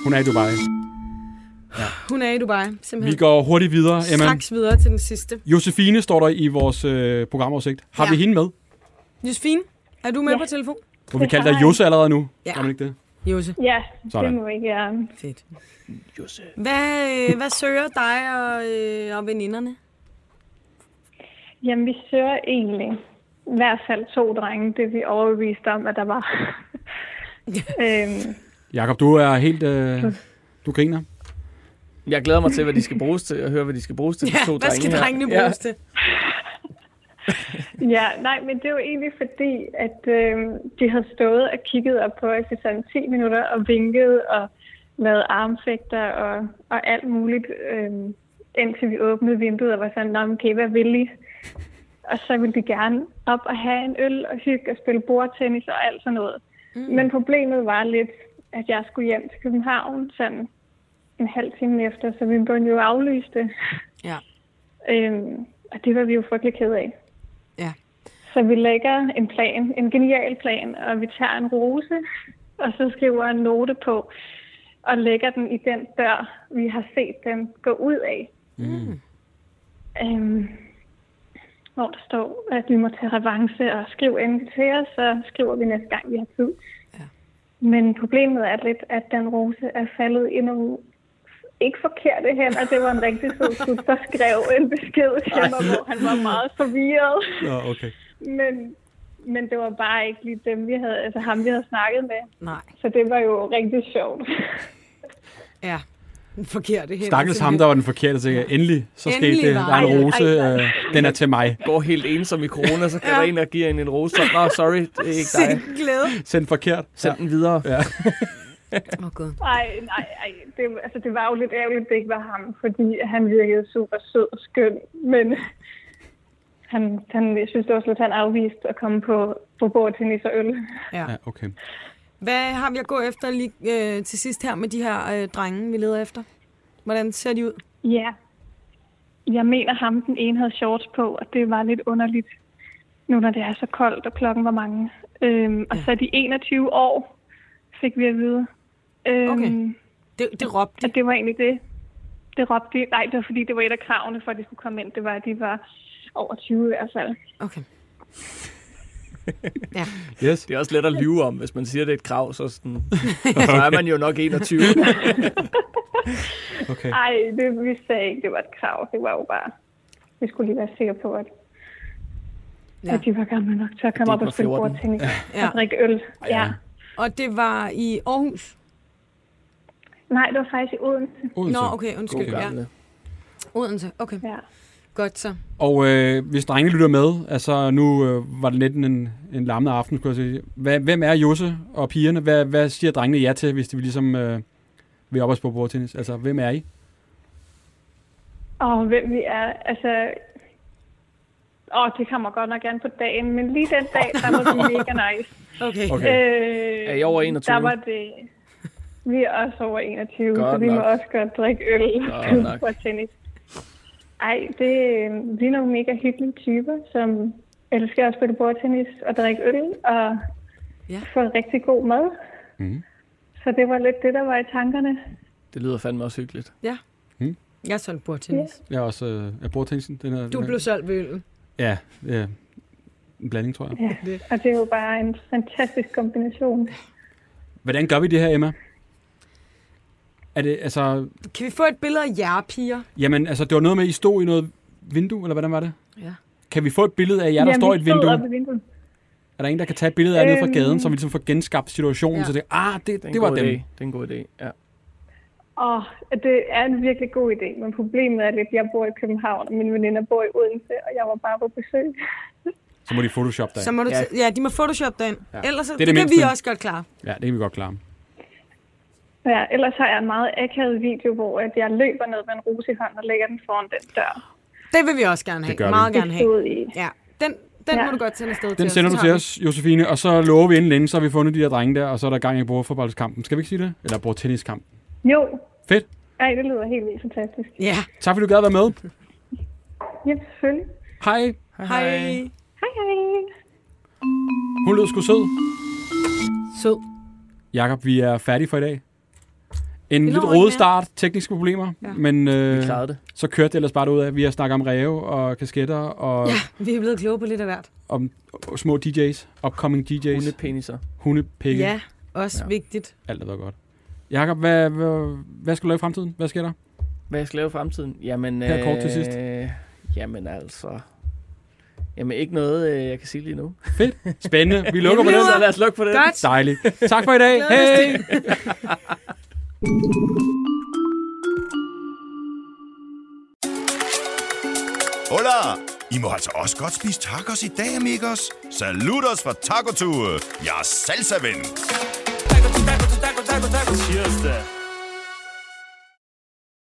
D: Hun er i Dubai.
E: Hun er i Dubai, simpelthen.
D: Vi går hurtigt videre, Emma.
E: Straks videre til den sidste.
D: Josefine står der i vores øh, programoversigt. Har
E: Ja.
D: ja. vi hende med?
E: Josefine, er du med
M: Ja.
E: på telefon?
D: Må vi kalde dig Jose allerede nu? Ja. Gør man ikke det?
E: Jose.
M: Ja,
D: Sådan.
M: det må vi gerne.
E: Fedt.
F: Jose.
E: Hvad, øh, hvad søger dig og, øh, og veninderne?
M: Jamen, vi søger egentlig i hvert fald to drenge. Det er vi overbeviste om, at der
L: (laughs)
M: var. øhm,
D: Jakob, du er helt... Øh, du griner.
F: Jeg glæder mig til, hvad de skal bruges til, og høre, hvad de skal bruges til. de
M: Ja,
F: to
M: hvad
F: drenge
M: skal
F: her.
M: drengene
F: Ja.
M: bruges til? ja, nej, men det var egentlig fordi, at øhm, de havde stået og kigget op på os i sådan 10 minutter og vinket og lavet armfægter og, og alt muligt, øhm, indtil vi åbnede vinduet og var sådan, Nå, men okay, hvad vil I? Og så ville de gerne op og have en øl og hygge og spille bordtennis og alt sådan noget. Mm. Men problemet var lidt, at jeg skulle hjem til København sådan en halv time efter, så vi måtte jo aflyse det.
E: Ja.
M: Øhm, og det var vi jo frygtelig ked af.
E: Ja.
M: Så vi lægger en plan, en genial plan, og vi tager en rose, og så skriver en note på, og lægger den i den dør, vi har set dem gå ud af.
D: Mm.
M: Øhm, hvor der står, at vi må tage revanche og skrive endelig til os, så skriver vi næste gang, vi har tid. Ja. Men problemet er lidt, at den rose er faldet endnu ikke forkerte hænder. Det var en rigtig sød gut, der skrev en besked til mig, hvor han var meget forvirret.
D: Nå, okay.
M: Men, men det var bare ikke lige dem, vi havde, altså ham, vi havde snakket med.
E: Nej.
M: Så det var jo rigtig sjovt.
E: Ja, den forkerte hænder.
D: Stakkels ham, der var den forkerte, så jeg, endelig, så skete
E: Endelig
D: det. Der
E: var
D: er en
E: det.
D: rose,
E: Ej,
D: øh, den er til mig.
F: Går helt ensom i corona, så kan ja. der en, der giver en en rose. Så, Nå, sorry, det er ikke dig.
E: Sind glæde.
D: (laughs) Send forkert.
F: Send den videre.
D: Ja.
E: Åh, oh, Gud.
M: Nej, nej, nej. Det, altså, det var jo lidt ærgerligt, det ikke var ham, fordi han virkede super sød og skøn, men han, han, jeg synes det også lidt, han afviste at komme på, på bordtennis og øl.
E: Ja.
D: (laughs) ja, okay.
E: Hvad har vi at gå efter lige øh, til sidst her med de her øh, drenge, vi leder efter? Hvordan ser de ud?
M: Ja. Jeg mener ham, den ene havde shorts på, og det var lidt underligt, nu når det er så koldt, og klokken var mange. Øhm, og så de 21 år fik vi at vide. Øhm,
E: Okay. Det, det råbte
M: de? det var egentlig det. Det råbte de. Nej, det var fordi, det var et af kravene for, at de skulle komme ind. Det var, at de var over 20 i hvert fald.
E: Okay. (laughs)
D: Yes.
F: Det er også let at lyve om, hvis man siger, det er et krav, så, sådan, så er man jo nok
M: (laughs)
F: 21.
D: okay.
M: Ej, det, vi sagde ikke, det var et krav. Det var jo bare, vi skulle lige være sikre på, at, ja. at de var gamle nok til at komme
E: de
M: op
E: ikke
M: og
E: var
M: spille
E: 14.
M: bordtennis
E: Ja.
M: og drikke øl. Ja.
E: Og det var i Aarhus?
M: Nej, det var faktisk i Odense.
D: Odense.
E: Nå, okay, undskyld.
D: God
E: Ja.
D: gamle.
E: Odense, okay.
M: Ja.
E: Godt så.
D: Og øh, hvis drengene lytter med, altså nu øh, var det lidt en, en larmende aften, skulle jeg sige. Hvad, hvem er Josse og pigerne? Hvad, hvad siger drengene ja til, hvis de ligesom øh, vil op og spille bordtennis? Altså, hvem er I?
M: Og hvem vi er, altså... Åh, det kommer godt nok an på dagen, men lige den dag, der var det mega nice.
E: Okay.
F: Okay.
M: Øh,
F: Er I over 21?
M: Der var det... Vi er også over 21,
F: Godt
M: så vi
F: nok.
M: må også godt drikke øl
F: Godt nok.
M: og tennis. Ej, det, øh, vi er nogle mega hyggelige typer, som elsker at spille bordtennis og drikke øl og
E: ja.
M: få rigtig god mad.
D: Mm.
M: Så det var lidt det, der var i tankerne.
F: Det lyder fandme også hyggeligt.
E: Ja.
D: Hmm?
E: Jeg solgte bordtennis.
D: Jeg er også øh, er bordtennisen. Den her,
E: Du
D: den her.
E: blev solgt ved øllen.
D: Ja, øh, en blanding, tror jeg.
M: Ja, og det er jo bare en fantastisk kombination.
D: Hvordan gør vi det her, Emma? Er det, altså,
E: Kan vi få et billede af jer, piger?
D: jamen, altså, det var noget med, at I stod i noget vindue, eller hvordan var det?
E: Ja.
D: Kan vi få et billede af jer, der
M: Jamen,
D: står i
M: vi
D: et
M: stod
D: vindue?
M: oppe i vinduet.
D: Er der en, der kan tage et billede af øhm, nede fra
M: Øhm.
D: gaden, så vi ligesom får genskabt situationen,
M: Ja.
D: ja. så det, ah, det,
F: er en
D: det var
F: god
D: dem.
F: idé. Det er en god idé, ja.
M: Åh, det er en virkelig god idé, men problemet er lidt, at jeg bor i København, og mine veninder bor i Odense, og jeg var bare på besøg.
D: Så må de photoshop dig.
E: Så må du ja. ja, de må photoshoppe dig ind. Ja. Ellers så,
D: Det
E: Altså, det,
D: er det
E: det kan
D: mindste.
E: vi også godt klare.
D: Ja, det kan vi godt klare.
M: Ja, ellers har jeg en meget akavet video, hvor at jeg løber ned med en rose i hånden og lægger den foran den dør.
E: Det vil vi også gerne have.
D: gør vi.
E: Meget
D: Det
E: gerne
M: stod
E: have.
M: I.
E: Ja. Den, den ja. må du godt sende afsted til
D: Den
E: os.
D: sender
E: Så
D: du
E: tager
D: til
E: vi-
D: os, Josefine, og så lover vi inden længe, så har vi fundet de der drenge der, og så er der gang i bordfodboldskampen. Skal vi ikke sige det? Eller bordtenniskampen.
M: Jo,
D: Fedt.
M: ej, det lyder helt vildt fantastisk.
E: Ja.
D: Tak fordi du gad at være med.
M: Ja, selvfølgelig.
D: Hej.
E: Hej.
M: Hej, hej.
D: Hun lød sgu sød.
E: Sød.
D: Jakob, vi er færdige for i dag. En
E: Vi
D: lidt
E: når ikke mere.
D: rodet start, tekniske problemer, ja. men øh,
F: det.
D: så kørte det ellers bare ud af. Vi har snakket om ræve og kasketter og ja.
E: Ja, vi er blevet kloge på lidt af hvert.
D: om små DJ's, upcoming DJ's.
F: Hundepeniser.
D: Hundepikke.
E: Ja, også ja. vigtigt.
D: Alt er været godt. Jakob, hvad, hvad, hvad skal du lave i fremtiden? Hvad sker der?
F: Hvad jeg skal lave i fremtiden? Jamen,
D: Her kort til sidst.
F: øh, Jamen altså... Jamen ikke noget, øh, jeg kan sige lige nu.
D: Fedt. Spændende.
F: (laughs)
D: Vi lukker på
F: Jamen,
D: den.
F: så lad os lukke på den. Godt.
D: Dejligt. Tak for i dag. Hej. (laughs)
C: Hola! I må altså også godt spise tacos i dag, amigos. Saludos fra Taco Tour. Jeg er salsa-ven.
N: Cheers da.